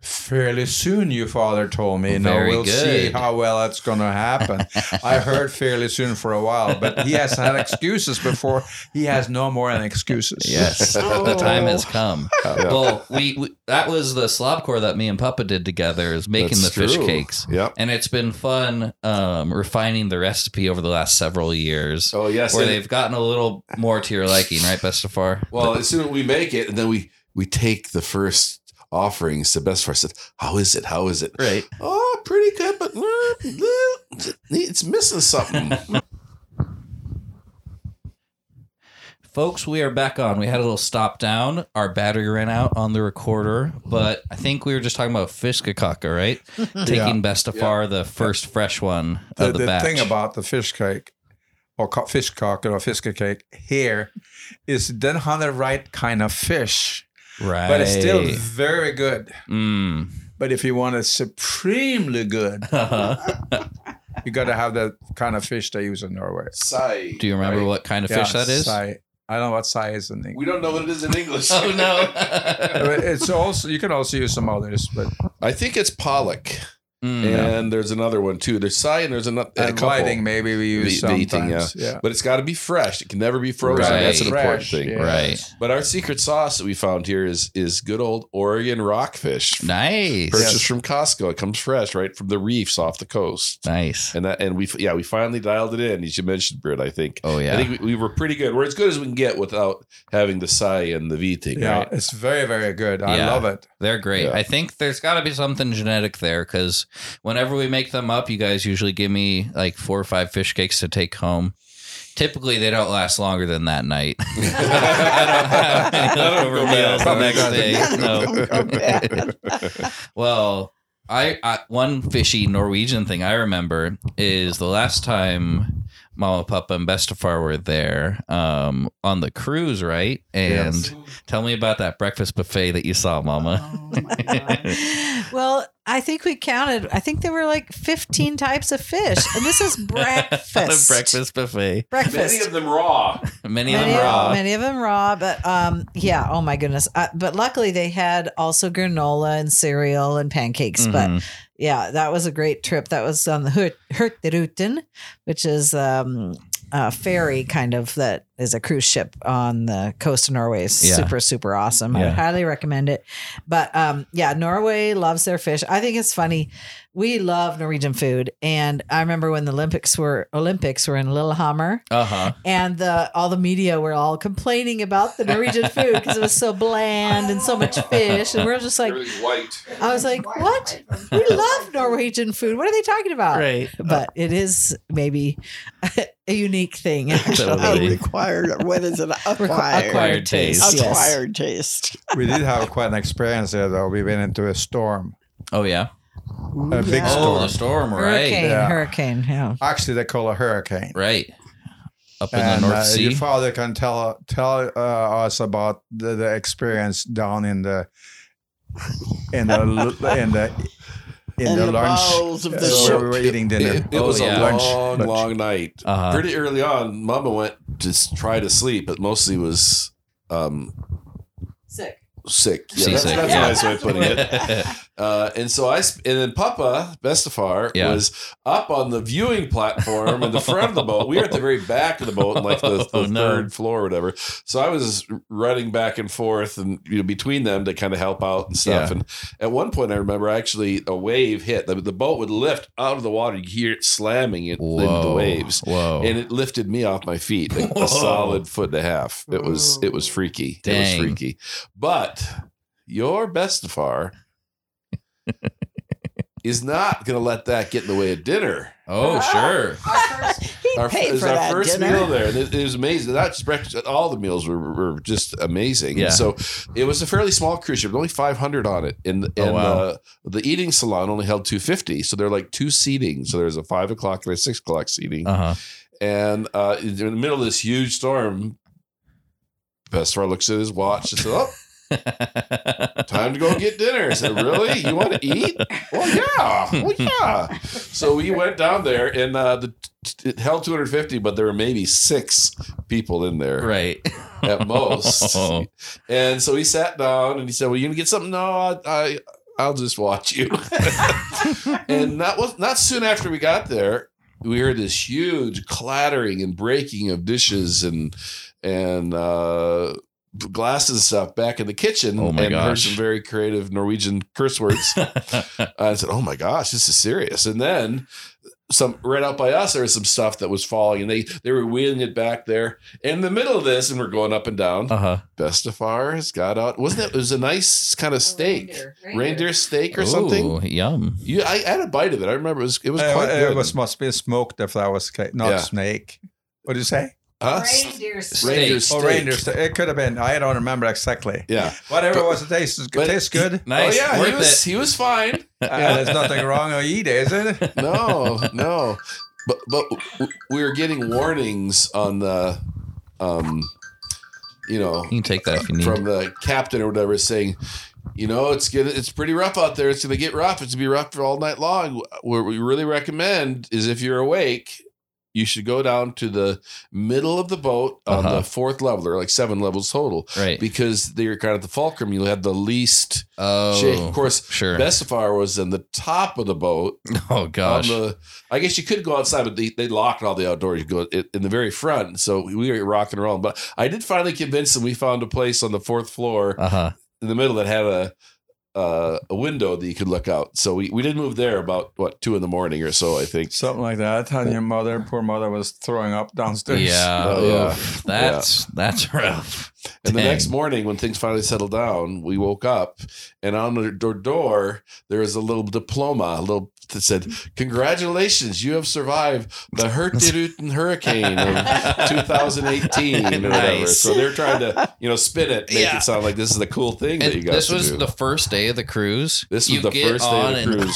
Speaker 2: Fairly soon, your father told me.
Speaker 1: Very
Speaker 2: now we'll see
Speaker 1: good.
Speaker 2: how well that's going to happen. I heard fairly soon for a while, but he has had excuses before. He has no more than excuses.
Speaker 1: Yes,
Speaker 4: Oh.
Speaker 1: the time has come.
Speaker 3: Yeah.
Speaker 1: Well, we, we that was the slobcore that me and Papa did together is making
Speaker 3: That's
Speaker 1: the fish
Speaker 3: true.
Speaker 1: cakes,
Speaker 3: Yep.
Speaker 1: and it's been fun um, refining the recipe over the last several years,
Speaker 3: Oh yes.
Speaker 1: where
Speaker 3: and-
Speaker 1: they've gotten a little more to your liking, right, Bestafar?
Speaker 3: Well, as soon as we make it, and then we we take the first offerings to best for us. Said, How is it? How is it?
Speaker 1: right.
Speaker 3: Oh, pretty good, but uh, uh, it's missing something.
Speaker 1: Folks, we are back on. We had a little stop down. Our battery ran out on the recorder, but I think we were just talking about Fishkakaka, right? Taking Bestafar, the first fresh one
Speaker 2: the,
Speaker 1: of the,
Speaker 2: the
Speaker 1: batch.
Speaker 2: thing about the fish cake or co- fish cocker or fish cake here is then on the right kind of fish,
Speaker 1: right,
Speaker 2: but it's still very good.
Speaker 1: Mm.
Speaker 2: But if you want it supremely good, you got to have that kind of fish they use in Norway.
Speaker 3: Sai.
Speaker 1: Do you remember
Speaker 3: Right.
Speaker 1: what kind of
Speaker 2: Yeah,
Speaker 1: fish that is?
Speaker 2: sai. I don't know what sai is in English.
Speaker 3: We don't know what it is in English.
Speaker 1: Oh no!
Speaker 2: But it's also you can also use some others, but
Speaker 3: I think it's pollock,
Speaker 1: Mm.
Speaker 3: and there's another one too. There's sai, and there's another a
Speaker 2: and
Speaker 3: couple.
Speaker 2: whiting uh, maybe we use
Speaker 3: The- the
Speaker 2: sometimes.
Speaker 3: eating,
Speaker 2: yeah.
Speaker 3: But it's got to be fresh. It can never be frozen.
Speaker 1: Right.
Speaker 3: That's an important
Speaker 2: Fresh,
Speaker 3: thing.
Speaker 2: yeah.
Speaker 1: Right.
Speaker 3: But our secret sauce that we found here is is good old Oregon rockfish,
Speaker 1: Nice.
Speaker 3: purchased from Costco. It comes fresh right from the reefs off the coast.
Speaker 1: Nice.
Speaker 3: and that and we yeah we finally dialed it in as you mentioned Britt I think
Speaker 1: Oh yeah.
Speaker 3: I think we, we were pretty good we're as good as we can get without having the psi and the V thing
Speaker 2: Yeah,
Speaker 3: right
Speaker 2: it's very very good. I
Speaker 1: Yeah.
Speaker 2: love it.
Speaker 1: They're great.
Speaker 3: Yeah.
Speaker 1: I think there's got to be something genetic there because whenever we make them up, you guys usually give me like four or five fish cakes to take home. Typically, they don't last longer than that night. I don't have any leftover meals the next day. No.
Speaker 4: Don't go bad.
Speaker 1: Well, I, I one fishy Norwegian thing I remember is the last time Mama Papa and Bestafar were there um, on the cruise, right? And tell me about that breakfast buffet that you saw, Mama.
Speaker 4: Oh my God.
Speaker 5: well, I think we counted. I think there were like 15 types of fish, and this is breakfast.
Speaker 1: the breakfast buffet.
Speaker 5: Breakfast.
Speaker 3: them raw
Speaker 1: Many of
Speaker 5: Many
Speaker 1: them
Speaker 5: of,
Speaker 1: raw.
Speaker 5: many of them raw, but um, yeah. Oh my goodness! Uh, but luckily, they had also granola and cereal and pancakes. But
Speaker 1: Mhm.
Speaker 5: yeah, that was a great trip. That was on the Hurt- Hurtigruten, which is um, a ferry kind of that is a cruise ship on the coast of Norway. It's
Speaker 1: Yeah.
Speaker 5: Super, super awesome. I
Speaker 1: Yeah.
Speaker 5: would highly recommend it. But um, yeah, Norway loves their fish. I think it's funny. We love Norwegian food, and I remember when the Olympics were Olympics were in Lillehammer
Speaker 1: uh-huh.
Speaker 5: and the all the media were all complaining about the Norwegian food because it was so bland and so much fish, and we're just like,
Speaker 3: white
Speaker 5: I was like, what? We love Norwegian food. What are they talking about?
Speaker 1: Right.
Speaker 5: But it is maybe a unique thing.
Speaker 1: Totally.
Speaker 5: Actually.
Speaker 4: Acquired. Oh, What is it? Acquired.
Speaker 1: acquired. taste,
Speaker 5: yes.
Speaker 4: Acquired taste.
Speaker 2: We did have quite an experience there though. We went into a storm.
Speaker 1: Oh yeah.
Speaker 2: A big
Speaker 4: Yeah.
Speaker 1: Oh,
Speaker 2: storm.
Speaker 1: the storm. Right.
Speaker 5: Hurricane,
Speaker 2: Yeah.
Speaker 5: hurricane. Yeah.
Speaker 2: Actually, they call a hurricane.
Speaker 1: Right. Up in
Speaker 2: and
Speaker 1: the North
Speaker 2: uh, your
Speaker 1: Sea.
Speaker 2: father can tell tell uh, us about the, the experience down in the in the l- in the in,
Speaker 4: In
Speaker 2: the,
Speaker 4: the
Speaker 2: lunch
Speaker 4: bowels of
Speaker 2: uh,
Speaker 4: the
Speaker 2: where
Speaker 4: ship.
Speaker 2: we were eating dinner.
Speaker 3: it, it
Speaker 1: Oh,
Speaker 3: was
Speaker 1: yeah.
Speaker 3: a
Speaker 2: Lunch,
Speaker 3: long
Speaker 2: lunch.
Speaker 3: long night
Speaker 1: Uh-huh.
Speaker 3: pretty early on mama went to s- try to sleep but mostly was um
Speaker 5: Sick.
Speaker 3: sick yeah that's,
Speaker 1: Seasick,
Speaker 3: that's
Speaker 1: yeah.
Speaker 3: a nice way of putting it Uh, and so I, sp- and then Papa Bestafar
Speaker 1: Yeah.
Speaker 3: was up on the viewing platform in the front of the boat. We were at the very back of the boat, and like the, the
Speaker 1: Oh, no.
Speaker 3: third floor or whatever. So I was running back and forth and you know, between them to kind of help out and stuff.
Speaker 1: Yeah.
Speaker 3: And at one point, I remember actually a wave hit. The, the boat would lift out of the water. You could hear it slamming it into the
Speaker 1: Whoa.
Speaker 3: waves.
Speaker 1: Whoa.
Speaker 3: And it lifted me off my feet like
Speaker 1: Oh. Whoa.
Speaker 3: a solid foot and a half. It was it was freaky. It
Speaker 1: Dang.
Speaker 3: was freaky. But your Bestafar is not going to let that get in the way of dinner.
Speaker 1: oh sure.
Speaker 4: he
Speaker 3: our,
Speaker 4: paid
Speaker 3: it was
Speaker 4: for
Speaker 3: our
Speaker 4: that
Speaker 3: first
Speaker 4: dinner.
Speaker 3: meal there. and It, it was amazing. Not just breakfast, all the meals were, were just amazing.
Speaker 1: Yeah.
Speaker 3: So it was a fairly small cruise ship, only 500 on it. And, and
Speaker 1: Oh, wow.
Speaker 3: uh, the eating salon only held 250. So they're like two seating. So there's a five o'clock and a six o'clock seating.
Speaker 1: Uh huh.
Speaker 3: And uh, in the middle of this huge storm, Pestar looks at his watch and says, Oh, time to go get dinner. I said, really? You want to eat? Well, yeah. Well, yeah. So we went down there and uh, the, it held 250, but there were maybe six people in there
Speaker 1: right. Oh,
Speaker 3: at most. And so he sat down and he said, well, you going to get something? No, I, I, I'll just watch you. and that was not soon after we got there. We heard this huge clattering and breaking of dishes and and uh, glasses and stuff back in the kitchen.
Speaker 1: Oh my
Speaker 3: and heard
Speaker 1: gosh.
Speaker 3: some very creative Norwegian curse words. I said, "Oh my gosh, this is serious." And then some right out by us, there was some stuff that was falling, and they they were wheeling it back there in the middle of this, and we're going up and down.
Speaker 1: Uh huh.
Speaker 3: Bestafar has got out. Wasn't it? It was a nice kind of steak, reindeer,
Speaker 5: reindeer,
Speaker 3: steak or something.
Speaker 1: Yum.
Speaker 3: You, I had a bite of it. I remember it was it was
Speaker 2: Uh,
Speaker 3: quite
Speaker 2: it
Speaker 3: good.
Speaker 2: was must be smoked the flower cake, not
Speaker 3: Yeah.
Speaker 2: snake. What did you say?
Speaker 3: Huh?
Speaker 5: Reindeer steak.
Speaker 3: Reindeer
Speaker 2: Oh,
Speaker 3: steak.
Speaker 2: reindeer. steak. It could have been. I don't remember exactly.
Speaker 3: Yeah.
Speaker 2: Whatever
Speaker 3: But-
Speaker 2: it was, it tastes, it
Speaker 3: but-
Speaker 2: tastes good.
Speaker 1: Nice.
Speaker 3: oh yeah, he
Speaker 1: Worth
Speaker 3: was
Speaker 1: it.
Speaker 3: he was fine.
Speaker 2: Uh, there's nothing wrong with eat, is it?
Speaker 3: No, no. But but w- we were getting warnings on the, um, you know,
Speaker 1: You can take that if you need.
Speaker 3: from the captain or whatever saying, you know, it's gonna it's pretty rough out there. It's gonna get rough. It's gonna be rough for all night long. What we really recommend is if you're awake, you should go down to the middle of the boat on
Speaker 1: Uh-huh.
Speaker 3: the fourth level. There are like seven levels total.
Speaker 1: right.
Speaker 3: Because they're kind of the fulcrum, you'll have the least
Speaker 1: oh.
Speaker 3: shake. Of course,
Speaker 1: Sure.
Speaker 3: Bestafar was in the top of the boat.
Speaker 1: oh gosh.
Speaker 3: On the, I guess you could go outside, but they, they locked all the outdoors. You go in, in the very front, so we were rocking and rolling. But I did finally convince them. We found a place on the fourth floor
Speaker 1: Uh huh.
Speaker 3: in the middle that had a uh, a window that you could look out. So we, we did move there about what two in the morning or so, I think.
Speaker 2: Something like that. And your mother, poor mother, was throwing up downstairs.
Speaker 1: Yeah.
Speaker 3: Oh, yeah.
Speaker 1: oof. That's that's rough.
Speaker 3: And the
Speaker 1: Dang.
Speaker 3: next morning, when things finally settled down, we woke up, and on the door, door there was a little diploma, a little that said, "Congratulations, you have survived the Hurtigruten hurricane of 2018 or whatever."
Speaker 1: Nice.
Speaker 3: So they're trying to, you know, spin it, make
Speaker 1: Yeah.
Speaker 3: it sound like this is the cool thing that you
Speaker 1: And
Speaker 3: got.
Speaker 1: this
Speaker 3: to
Speaker 1: was
Speaker 3: do.
Speaker 1: the first day of the cruise.
Speaker 3: This was
Speaker 1: You
Speaker 3: the
Speaker 1: get
Speaker 3: first day of
Speaker 1: on
Speaker 3: the
Speaker 1: and-
Speaker 3: cruise.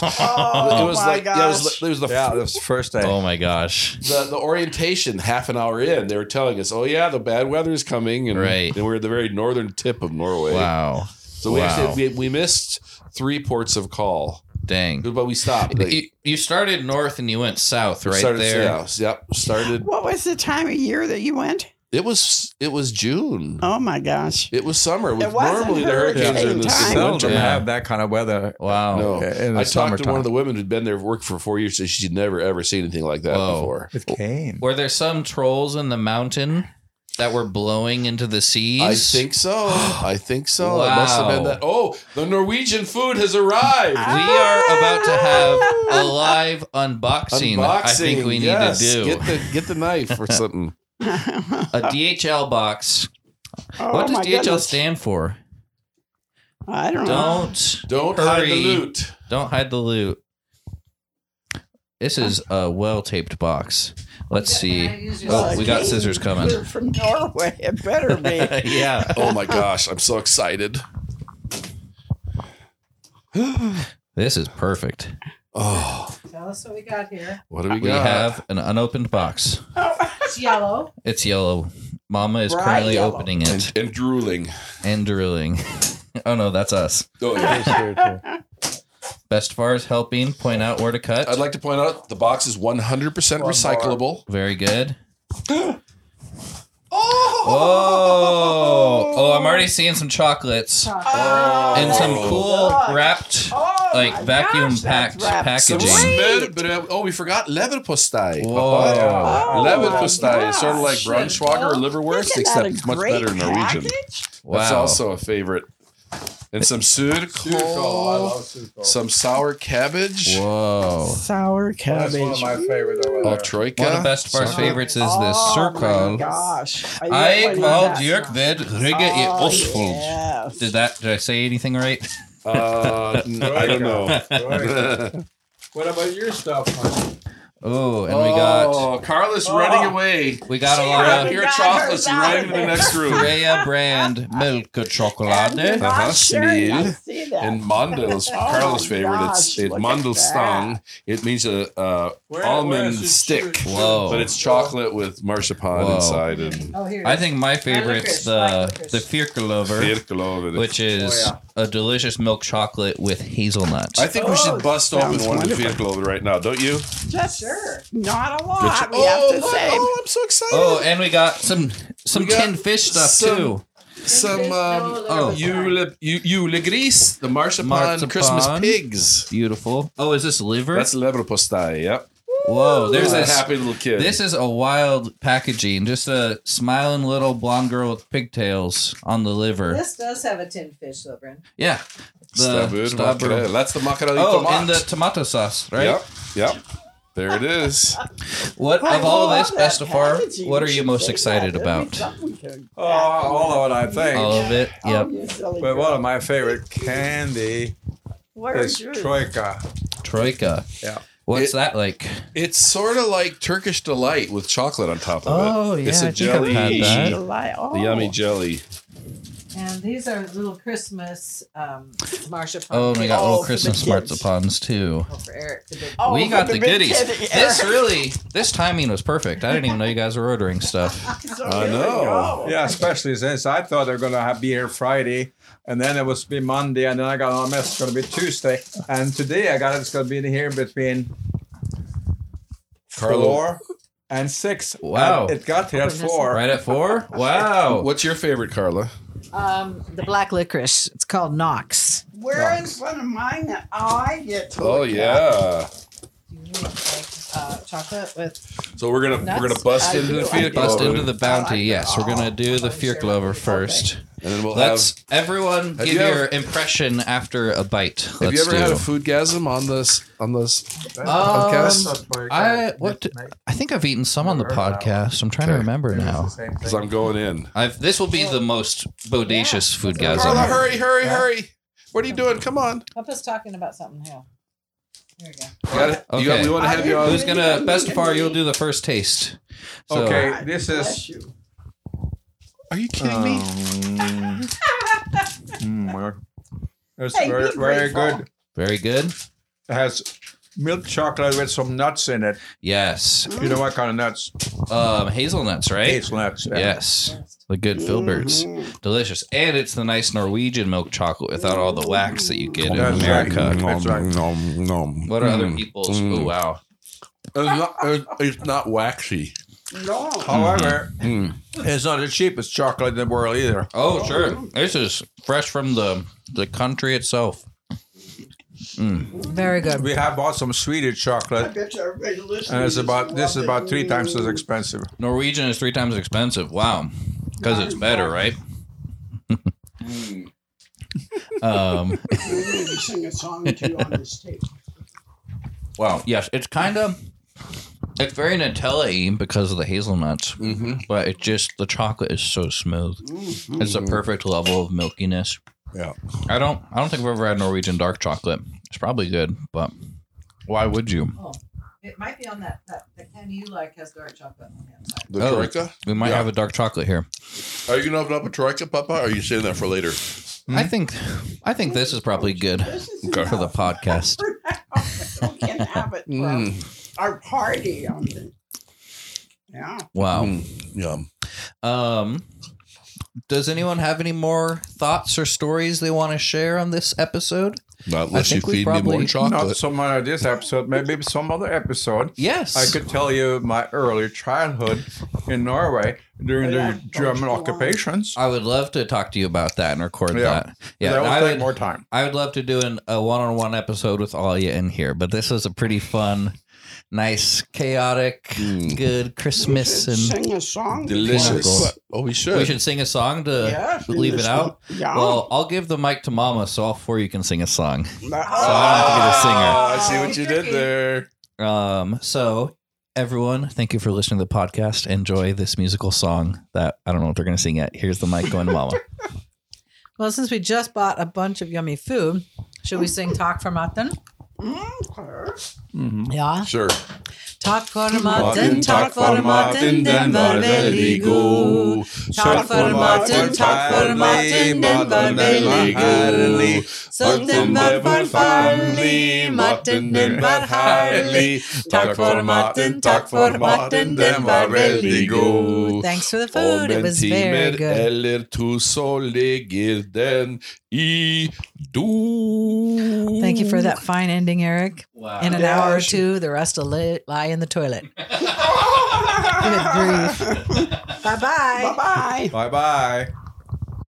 Speaker 4: Oh,
Speaker 3: it was
Speaker 4: my
Speaker 3: like yeah, it was,
Speaker 4: gosh.
Speaker 3: the- it was the
Speaker 2: Yeah, that was the first day.
Speaker 1: oh my gosh.
Speaker 3: the, the orientation half an hour in, they were telling us, "Oh yeah, the bad weather is coming," and,
Speaker 1: Right.
Speaker 3: and we're at the very northern tip of Norway.
Speaker 1: Wow.
Speaker 3: So we
Speaker 1: Wow.
Speaker 3: actually we, we missed three ports of call,
Speaker 1: Dang.
Speaker 3: but we stopped. Like,
Speaker 1: You, you started north and you went south
Speaker 3: we
Speaker 1: right
Speaker 3: started,
Speaker 1: there.
Speaker 3: yeah, s- yep, started.
Speaker 4: What was the time of year that you went?
Speaker 3: It was it was June.
Speaker 4: Oh my gosh.
Speaker 3: It was summer.
Speaker 4: It wasn't
Speaker 3: normally the hurricanes are in
Speaker 4: hurricane
Speaker 3: the
Speaker 4: time.
Speaker 3: summer.
Speaker 2: Seldom
Speaker 1: Yeah.
Speaker 2: have that kind of weather.
Speaker 1: Wow.
Speaker 3: No,
Speaker 2: in the
Speaker 3: I talked to
Speaker 2: summertime.
Speaker 3: one of the women who'd been there worked for four years. Said she'd never ever seen anything like that
Speaker 1: Whoa.
Speaker 3: before.
Speaker 2: With Kane.
Speaker 1: Were there some trolls in the mountain that were blowing into the seas?
Speaker 3: I think so. I think so. It must have been
Speaker 1: Wow.
Speaker 3: that. Oh, the Norwegian food has arrived.
Speaker 1: we are about to have a
Speaker 3: Ah!
Speaker 1: live unboxing. I think we need
Speaker 3: yes.
Speaker 1: to do
Speaker 3: Get the get the knife or something.
Speaker 4: oh,
Speaker 1: a DHL box.
Speaker 3: Oh
Speaker 1: what does
Speaker 4: my
Speaker 1: DHL
Speaker 4: goodness.
Speaker 1: stand for?
Speaker 4: I don't know.
Speaker 1: Don't
Speaker 3: Don't hide
Speaker 1: Hurry.
Speaker 3: the loot.
Speaker 1: don't hide the loot. This is a well taped box. Let's see. Oh, we got scissors coming.
Speaker 4: You're from Norway. It better be.
Speaker 1: yeah.
Speaker 3: Oh my gosh, I'm so excited.
Speaker 1: This is perfect.
Speaker 3: Oh,
Speaker 5: Tell us what we got here.
Speaker 3: what do we got?
Speaker 1: We have an unopened box.
Speaker 4: Oh.
Speaker 5: It's yellow.
Speaker 1: It's yellow. Mama is
Speaker 4: Bright
Speaker 1: currently
Speaker 4: yellow.
Speaker 1: opening
Speaker 3: and,
Speaker 1: it
Speaker 3: and drooling.
Speaker 1: and drilling. oh no, that's us.
Speaker 3: Oh, yeah.
Speaker 1: Best far is helping point out where to cut.
Speaker 3: I'd like to point out the box is 100% recyclable.
Speaker 1: Very good. Oh! oh, I'm already seeing some chocolates
Speaker 4: Oh,
Speaker 1: and some
Speaker 4: my
Speaker 1: cool
Speaker 4: God.
Speaker 1: wrapped,
Speaker 4: Oh, my
Speaker 1: like vacuum
Speaker 4: gosh, that's
Speaker 1: packed
Speaker 4: wrapped.
Speaker 3: Some
Speaker 1: packaging.
Speaker 3: smed- but, uh, oh, we forgot leverpostei.
Speaker 1: Whoa.
Speaker 4: Oh,
Speaker 3: Leverpostei
Speaker 4: my
Speaker 3: is sort of like
Speaker 4: gosh.
Speaker 3: Braunschweiger or
Speaker 4: Isn't
Speaker 3: liverwurst,
Speaker 4: that
Speaker 3: except
Speaker 4: a
Speaker 3: it's much
Speaker 4: great
Speaker 3: better in Norwegian.
Speaker 4: package?
Speaker 3: That's
Speaker 1: Wow.
Speaker 3: also a favorite. And some surkohl, some sour cabbage.
Speaker 1: Whoa.
Speaker 4: Sour cabbage.
Speaker 2: favorite over
Speaker 3: Oh, troika.
Speaker 1: One of best of our favorites is the
Speaker 4: oh,
Speaker 1: circle.
Speaker 4: My gosh. I,
Speaker 1: I
Speaker 4: love
Speaker 1: called Jörg Ved Rigge i
Speaker 4: Oh,
Speaker 1: Osfold.
Speaker 4: yes.
Speaker 1: Did that? Did I say anything right?
Speaker 3: Uh, n- I don't know.
Speaker 2: what about your stuff,
Speaker 1: Ooh, and we got
Speaker 3: Oh, Carla's running
Speaker 4: Oh.
Speaker 3: away.
Speaker 1: we got a
Speaker 4: Yeah.
Speaker 1: lot of
Speaker 3: Grab
Speaker 4: Yeah.
Speaker 3: your
Speaker 4: Got
Speaker 3: chocolates
Speaker 4: her
Speaker 3: and ran to the
Speaker 4: salad.
Speaker 3: next room.
Speaker 1: Freya brand milk chocolate.
Speaker 3: Uh-huh,
Speaker 4: I'm sure you
Speaker 3: Sneed.
Speaker 4: see that.
Speaker 3: And Mandel's,
Speaker 4: Oh
Speaker 3: Carla's
Speaker 4: my
Speaker 3: favorite, it's,
Speaker 4: gosh,
Speaker 3: it's
Speaker 4: look at
Speaker 3: Mandelstang. It means a, a
Speaker 2: Where- where
Speaker 3: almond
Speaker 2: is it?
Speaker 3: stick.
Speaker 1: Whoa.
Speaker 3: But it's chocolate with marzipan
Speaker 1: Whoa.
Speaker 3: inside and
Speaker 5: Oh, here. it
Speaker 1: I
Speaker 5: is.
Speaker 1: think my favorite's the the Firkelover,
Speaker 3: Virkelo. and
Speaker 1: which is
Speaker 2: Oh,
Speaker 1: a delicious milk chocolate with hazelnut.
Speaker 3: I think we
Speaker 4: Oh,
Speaker 3: should bust open
Speaker 4: sounds
Speaker 3: one of the
Speaker 4: wonderful.
Speaker 3: Virkelo right now, don't you?
Speaker 4: Just
Speaker 5: Sure.
Speaker 4: not a
Speaker 3: Good cho-
Speaker 4: lot, we have to
Speaker 3: look,
Speaker 4: say.
Speaker 3: oh, I'm so excited.
Speaker 1: Oh, and we got some some
Speaker 3: We got
Speaker 1: tin fish stuff
Speaker 3: some-
Speaker 1: too.
Speaker 3: Some um,
Speaker 1: oh.
Speaker 3: oh, Yule, Yu- Yule Gris, the marzipan,
Speaker 1: Marzipan.
Speaker 3: Christmas pigs.
Speaker 1: Beautiful. Oh, is this liver?
Speaker 3: That's leverpostay, yep.
Speaker 1: Whoa, there's
Speaker 3: There's a
Speaker 1: this.
Speaker 3: happy little kid.
Speaker 1: This is a wild packaging. Just a smiling little blonde girl with pigtails on the liver.
Speaker 5: This does have a tin fish, though, Bryn.
Speaker 1: Yeah. The
Speaker 3: Stabur
Speaker 1: stabur.
Speaker 3: mackerel. That's the mackerel
Speaker 1: Oh,
Speaker 3: tomat.
Speaker 1: and the tomato sauce, right?
Speaker 3: Yep, yep. There it is.
Speaker 1: What
Speaker 4: I
Speaker 1: of all
Speaker 4: love
Speaker 1: this,
Speaker 4: that
Speaker 1: best of far,
Speaker 4: packaging.
Speaker 1: what are
Speaker 4: We
Speaker 1: you
Speaker 4: should
Speaker 1: most
Speaker 4: say that.
Speaker 1: excited
Speaker 4: That'd be
Speaker 1: about?
Speaker 4: something we could-
Speaker 2: Oh, all of it, I think.
Speaker 1: All of it.
Speaker 4: Oh,
Speaker 1: Yep.
Speaker 4: you silly
Speaker 2: But one
Speaker 4: girl.
Speaker 2: of my favorite candy
Speaker 4: Where
Speaker 2: is
Speaker 4: is yours?
Speaker 2: troika.
Speaker 1: Troika.
Speaker 2: Yeah.
Speaker 1: What's
Speaker 3: It-
Speaker 1: that like?
Speaker 3: It's sort of like Turkish delight with chocolate on top of
Speaker 1: Oh,
Speaker 3: it.
Speaker 1: yeah,
Speaker 3: It's
Speaker 1: I
Speaker 3: a
Speaker 1: think I've
Speaker 3: jelly.
Speaker 1: had that.
Speaker 3: The
Speaker 4: July. Oh.
Speaker 3: yummy jelly.
Speaker 5: And these are little Christmas um, marzipan.
Speaker 1: Oh, and we got
Speaker 4: Oh,
Speaker 1: little
Speaker 4: for the
Speaker 1: Christmas
Speaker 4: kids.
Speaker 1: marzipans too.
Speaker 5: Oh, for Eric. The big
Speaker 4: Oh,
Speaker 1: we
Speaker 4: for
Speaker 1: got the,
Speaker 4: the big
Speaker 1: goodies.
Speaker 4: kid, Eric.
Speaker 1: This really, this timing was perfect. I didn't even know you guys were ordering stuff.
Speaker 4: So
Speaker 3: I
Speaker 4: here we
Speaker 3: know.
Speaker 4: go.
Speaker 2: Yeah, especially since I thought they were gonna have, be here Friday, and then it was be Monday, and then I got on mess. It's gonna be Tuesday, and today I got it. It's gonna be here between
Speaker 3: Carlo.
Speaker 2: four and six.
Speaker 1: Wow.
Speaker 2: And it got here at
Speaker 5: Goodness.
Speaker 2: four.
Speaker 1: Right at four? Wow.
Speaker 3: Oh. What's your favorite, Carla?
Speaker 5: Um, the black licorice. It's called Knox.
Speaker 4: Where is one of mine that I get to?
Speaker 3: Oh
Speaker 4: look at?
Speaker 3: yeah.
Speaker 5: You need like uh, chocolate with.
Speaker 3: So we're gonna
Speaker 5: Nuts?
Speaker 3: we're gonna bust
Speaker 4: I
Speaker 3: into the Oh.
Speaker 4: do, I
Speaker 3: field,
Speaker 4: do.
Speaker 1: Bust
Speaker 3: Carlo,
Speaker 1: into the bounty. Yes, we're gonna do the
Speaker 5: I'm sure
Speaker 1: fear clover
Speaker 5: everybody-
Speaker 1: first.
Speaker 3: and then we'll
Speaker 1: Let's everyone
Speaker 3: Have
Speaker 1: give
Speaker 3: you
Speaker 1: your
Speaker 3: ever-
Speaker 1: impression after a bite.
Speaker 3: have. Have you
Speaker 1: Let's
Speaker 3: ever had
Speaker 1: do.
Speaker 3: a food gasm on this on this?
Speaker 1: Um,
Speaker 3: podcast?
Speaker 1: I what I think I've eaten some on the podcast. I'm trying to
Speaker 3: Okay.
Speaker 1: remember now.
Speaker 3: Because I'm going in.
Speaker 1: I've this will be the most bodacious food
Speaker 3: Carla,
Speaker 1: gasm.
Speaker 3: hurry, hurry, hurry! What are you doing? Come on!
Speaker 5: Help us talking about something here. Here we go.
Speaker 3: You gotta, you
Speaker 1: Okay.
Speaker 3: got we want to have you on.
Speaker 1: Who's gonna best far? You'll do the first taste. So-
Speaker 2: Okay.
Speaker 4: God
Speaker 2: This
Speaker 4: bless
Speaker 2: is-
Speaker 4: you.
Speaker 3: Are you kidding me?
Speaker 2: It's
Speaker 4: Oh. Hey, be
Speaker 2: Mm, very, very
Speaker 4: grateful.
Speaker 2: good.
Speaker 1: Very good.
Speaker 2: It has milk chocolate with some nuts in it.
Speaker 1: Yes.
Speaker 2: You know what kind of nuts?
Speaker 1: Um, hazelnuts, right?
Speaker 2: Hazelnuts. yeah. Mm-hmm.
Speaker 1: Yes. The good filberts.
Speaker 4: Mhm.
Speaker 1: Delicious. And it's the nice Norwegian milk chocolate without all the wax that you get in
Speaker 2: That's right.
Speaker 1: America.
Speaker 2: That's right.
Speaker 3: Nom, nom,
Speaker 1: What are other
Speaker 3: mm.
Speaker 1: people's?
Speaker 3: Mm.
Speaker 1: Oh, wow.
Speaker 3: It's not, it's- it's not waxy.
Speaker 4: No.
Speaker 2: However,
Speaker 3: Mm.
Speaker 2: it's not the cheapest chocolate in the world either.
Speaker 1: Oh, sure. This is fresh from the, the country itself. Mm.
Speaker 5: Very good.
Speaker 2: We have bought some Swedish
Speaker 4: I
Speaker 2: chocolate,
Speaker 4: bet you everybody listening
Speaker 2: and it's
Speaker 4: just
Speaker 2: about this
Speaker 4: love
Speaker 2: is about
Speaker 4: it.
Speaker 2: three times as expensive.
Speaker 1: Norwegian is three times expensive. Wow. Because it's better, right?
Speaker 3: Mm-hmm.
Speaker 1: um,
Speaker 4: We need to sing a song to you on this tape.
Speaker 1: wow. Yes. It's kind of. It's very Nutella because of the hazelnuts,
Speaker 3: hmm
Speaker 1: but it just the chocolate is so smooth.
Speaker 2: Mm-hmm.
Speaker 4: Mhm.
Speaker 1: It's the perfect level of milkiness.
Speaker 3: Mm. Yeah.
Speaker 1: I don't I don't think I've ever had Norwegian dark chocolate. It's probably good, but why would you?
Speaker 5: It might be on that that the can you like has dark chocolate on the outside.
Speaker 3: The
Speaker 1: Oh.
Speaker 3: troika?
Speaker 1: We might
Speaker 3: Yeah.
Speaker 1: have a dark chocolate here.
Speaker 3: Are you gonna open up a troika, Papa? Or are you saving that for later?
Speaker 1: I
Speaker 3: Mm.
Speaker 1: think I think this is probably good
Speaker 4: This is
Speaker 3: Okay.
Speaker 1: for the podcast.
Speaker 4: enough. we can have it for
Speaker 3: Mm.
Speaker 4: our party. On the, yeah.
Speaker 1: Wow.
Speaker 3: Mm. Yum.
Speaker 1: Um does anyone have any more thoughts or stories they want to share on this episode?
Speaker 3: Not unless you
Speaker 1: think we
Speaker 3: feed me
Speaker 1: probably-
Speaker 3: more
Speaker 2: Not
Speaker 3: chocolate.
Speaker 2: so much of this episode, maybe some other episode.
Speaker 1: Yes.
Speaker 2: I could tell you my early childhood in Norway during the German occupations.
Speaker 1: I would love to talk to you about that and record
Speaker 2: Yeah.
Speaker 1: that. Yeah.
Speaker 2: that will
Speaker 1: I
Speaker 2: take
Speaker 1: would-
Speaker 2: more time.
Speaker 1: I would love to do an, a one-on-one episode with all you in here, but this was a pretty fun, nice, chaotic,
Speaker 3: Mm.
Speaker 1: good
Speaker 4: We
Speaker 1: Christmas,
Speaker 4: should
Speaker 1: and
Speaker 4: sing a song. to
Speaker 3: Delicious.
Speaker 1: Wonderful.
Speaker 3: Oh, we should.
Speaker 1: we should sing a song to
Speaker 4: Yeah, sing
Speaker 1: leave
Speaker 4: the
Speaker 1: it out.
Speaker 4: song. Yeah.
Speaker 1: Well, I'll give the mic to Mama, so all four of you can sing a song.
Speaker 4: you.
Speaker 1: So I don't have to be the singer.
Speaker 3: Ah, I see what you did there.
Speaker 1: Um, so everyone, thank you for listening to the podcast. Enjoy this musical song that I don't know what they're going to sing yet. Here's the mic going to Mama.
Speaker 5: Well, since we just bought a bunch of yummy food,
Speaker 4: uh,
Speaker 5: should we sing Talk for Mutton?
Speaker 4: Mm, Claire.
Speaker 5: Yeah.
Speaker 3: Sure.
Speaker 5: Takk for
Speaker 3: Maten,
Speaker 5: maten, takk for maten, den var veldig god. Takk for maten, takk for maten, den var veldig god. Så den var forferdelig, maten den var herlig. Takk for maten, takk for maten, den var veldig god. Thanks for the
Speaker 3: Om en timer eller to så ligger den i do.
Speaker 5: Thank you for that fine ending, Eric.
Speaker 1: Wow.
Speaker 5: In an
Speaker 4: Yeah,
Speaker 5: hour or
Speaker 4: she-
Speaker 5: two, the rest will li- lie in the toilet. Good grief. Bye bye.
Speaker 4: Bye bye.
Speaker 2: Bye bye.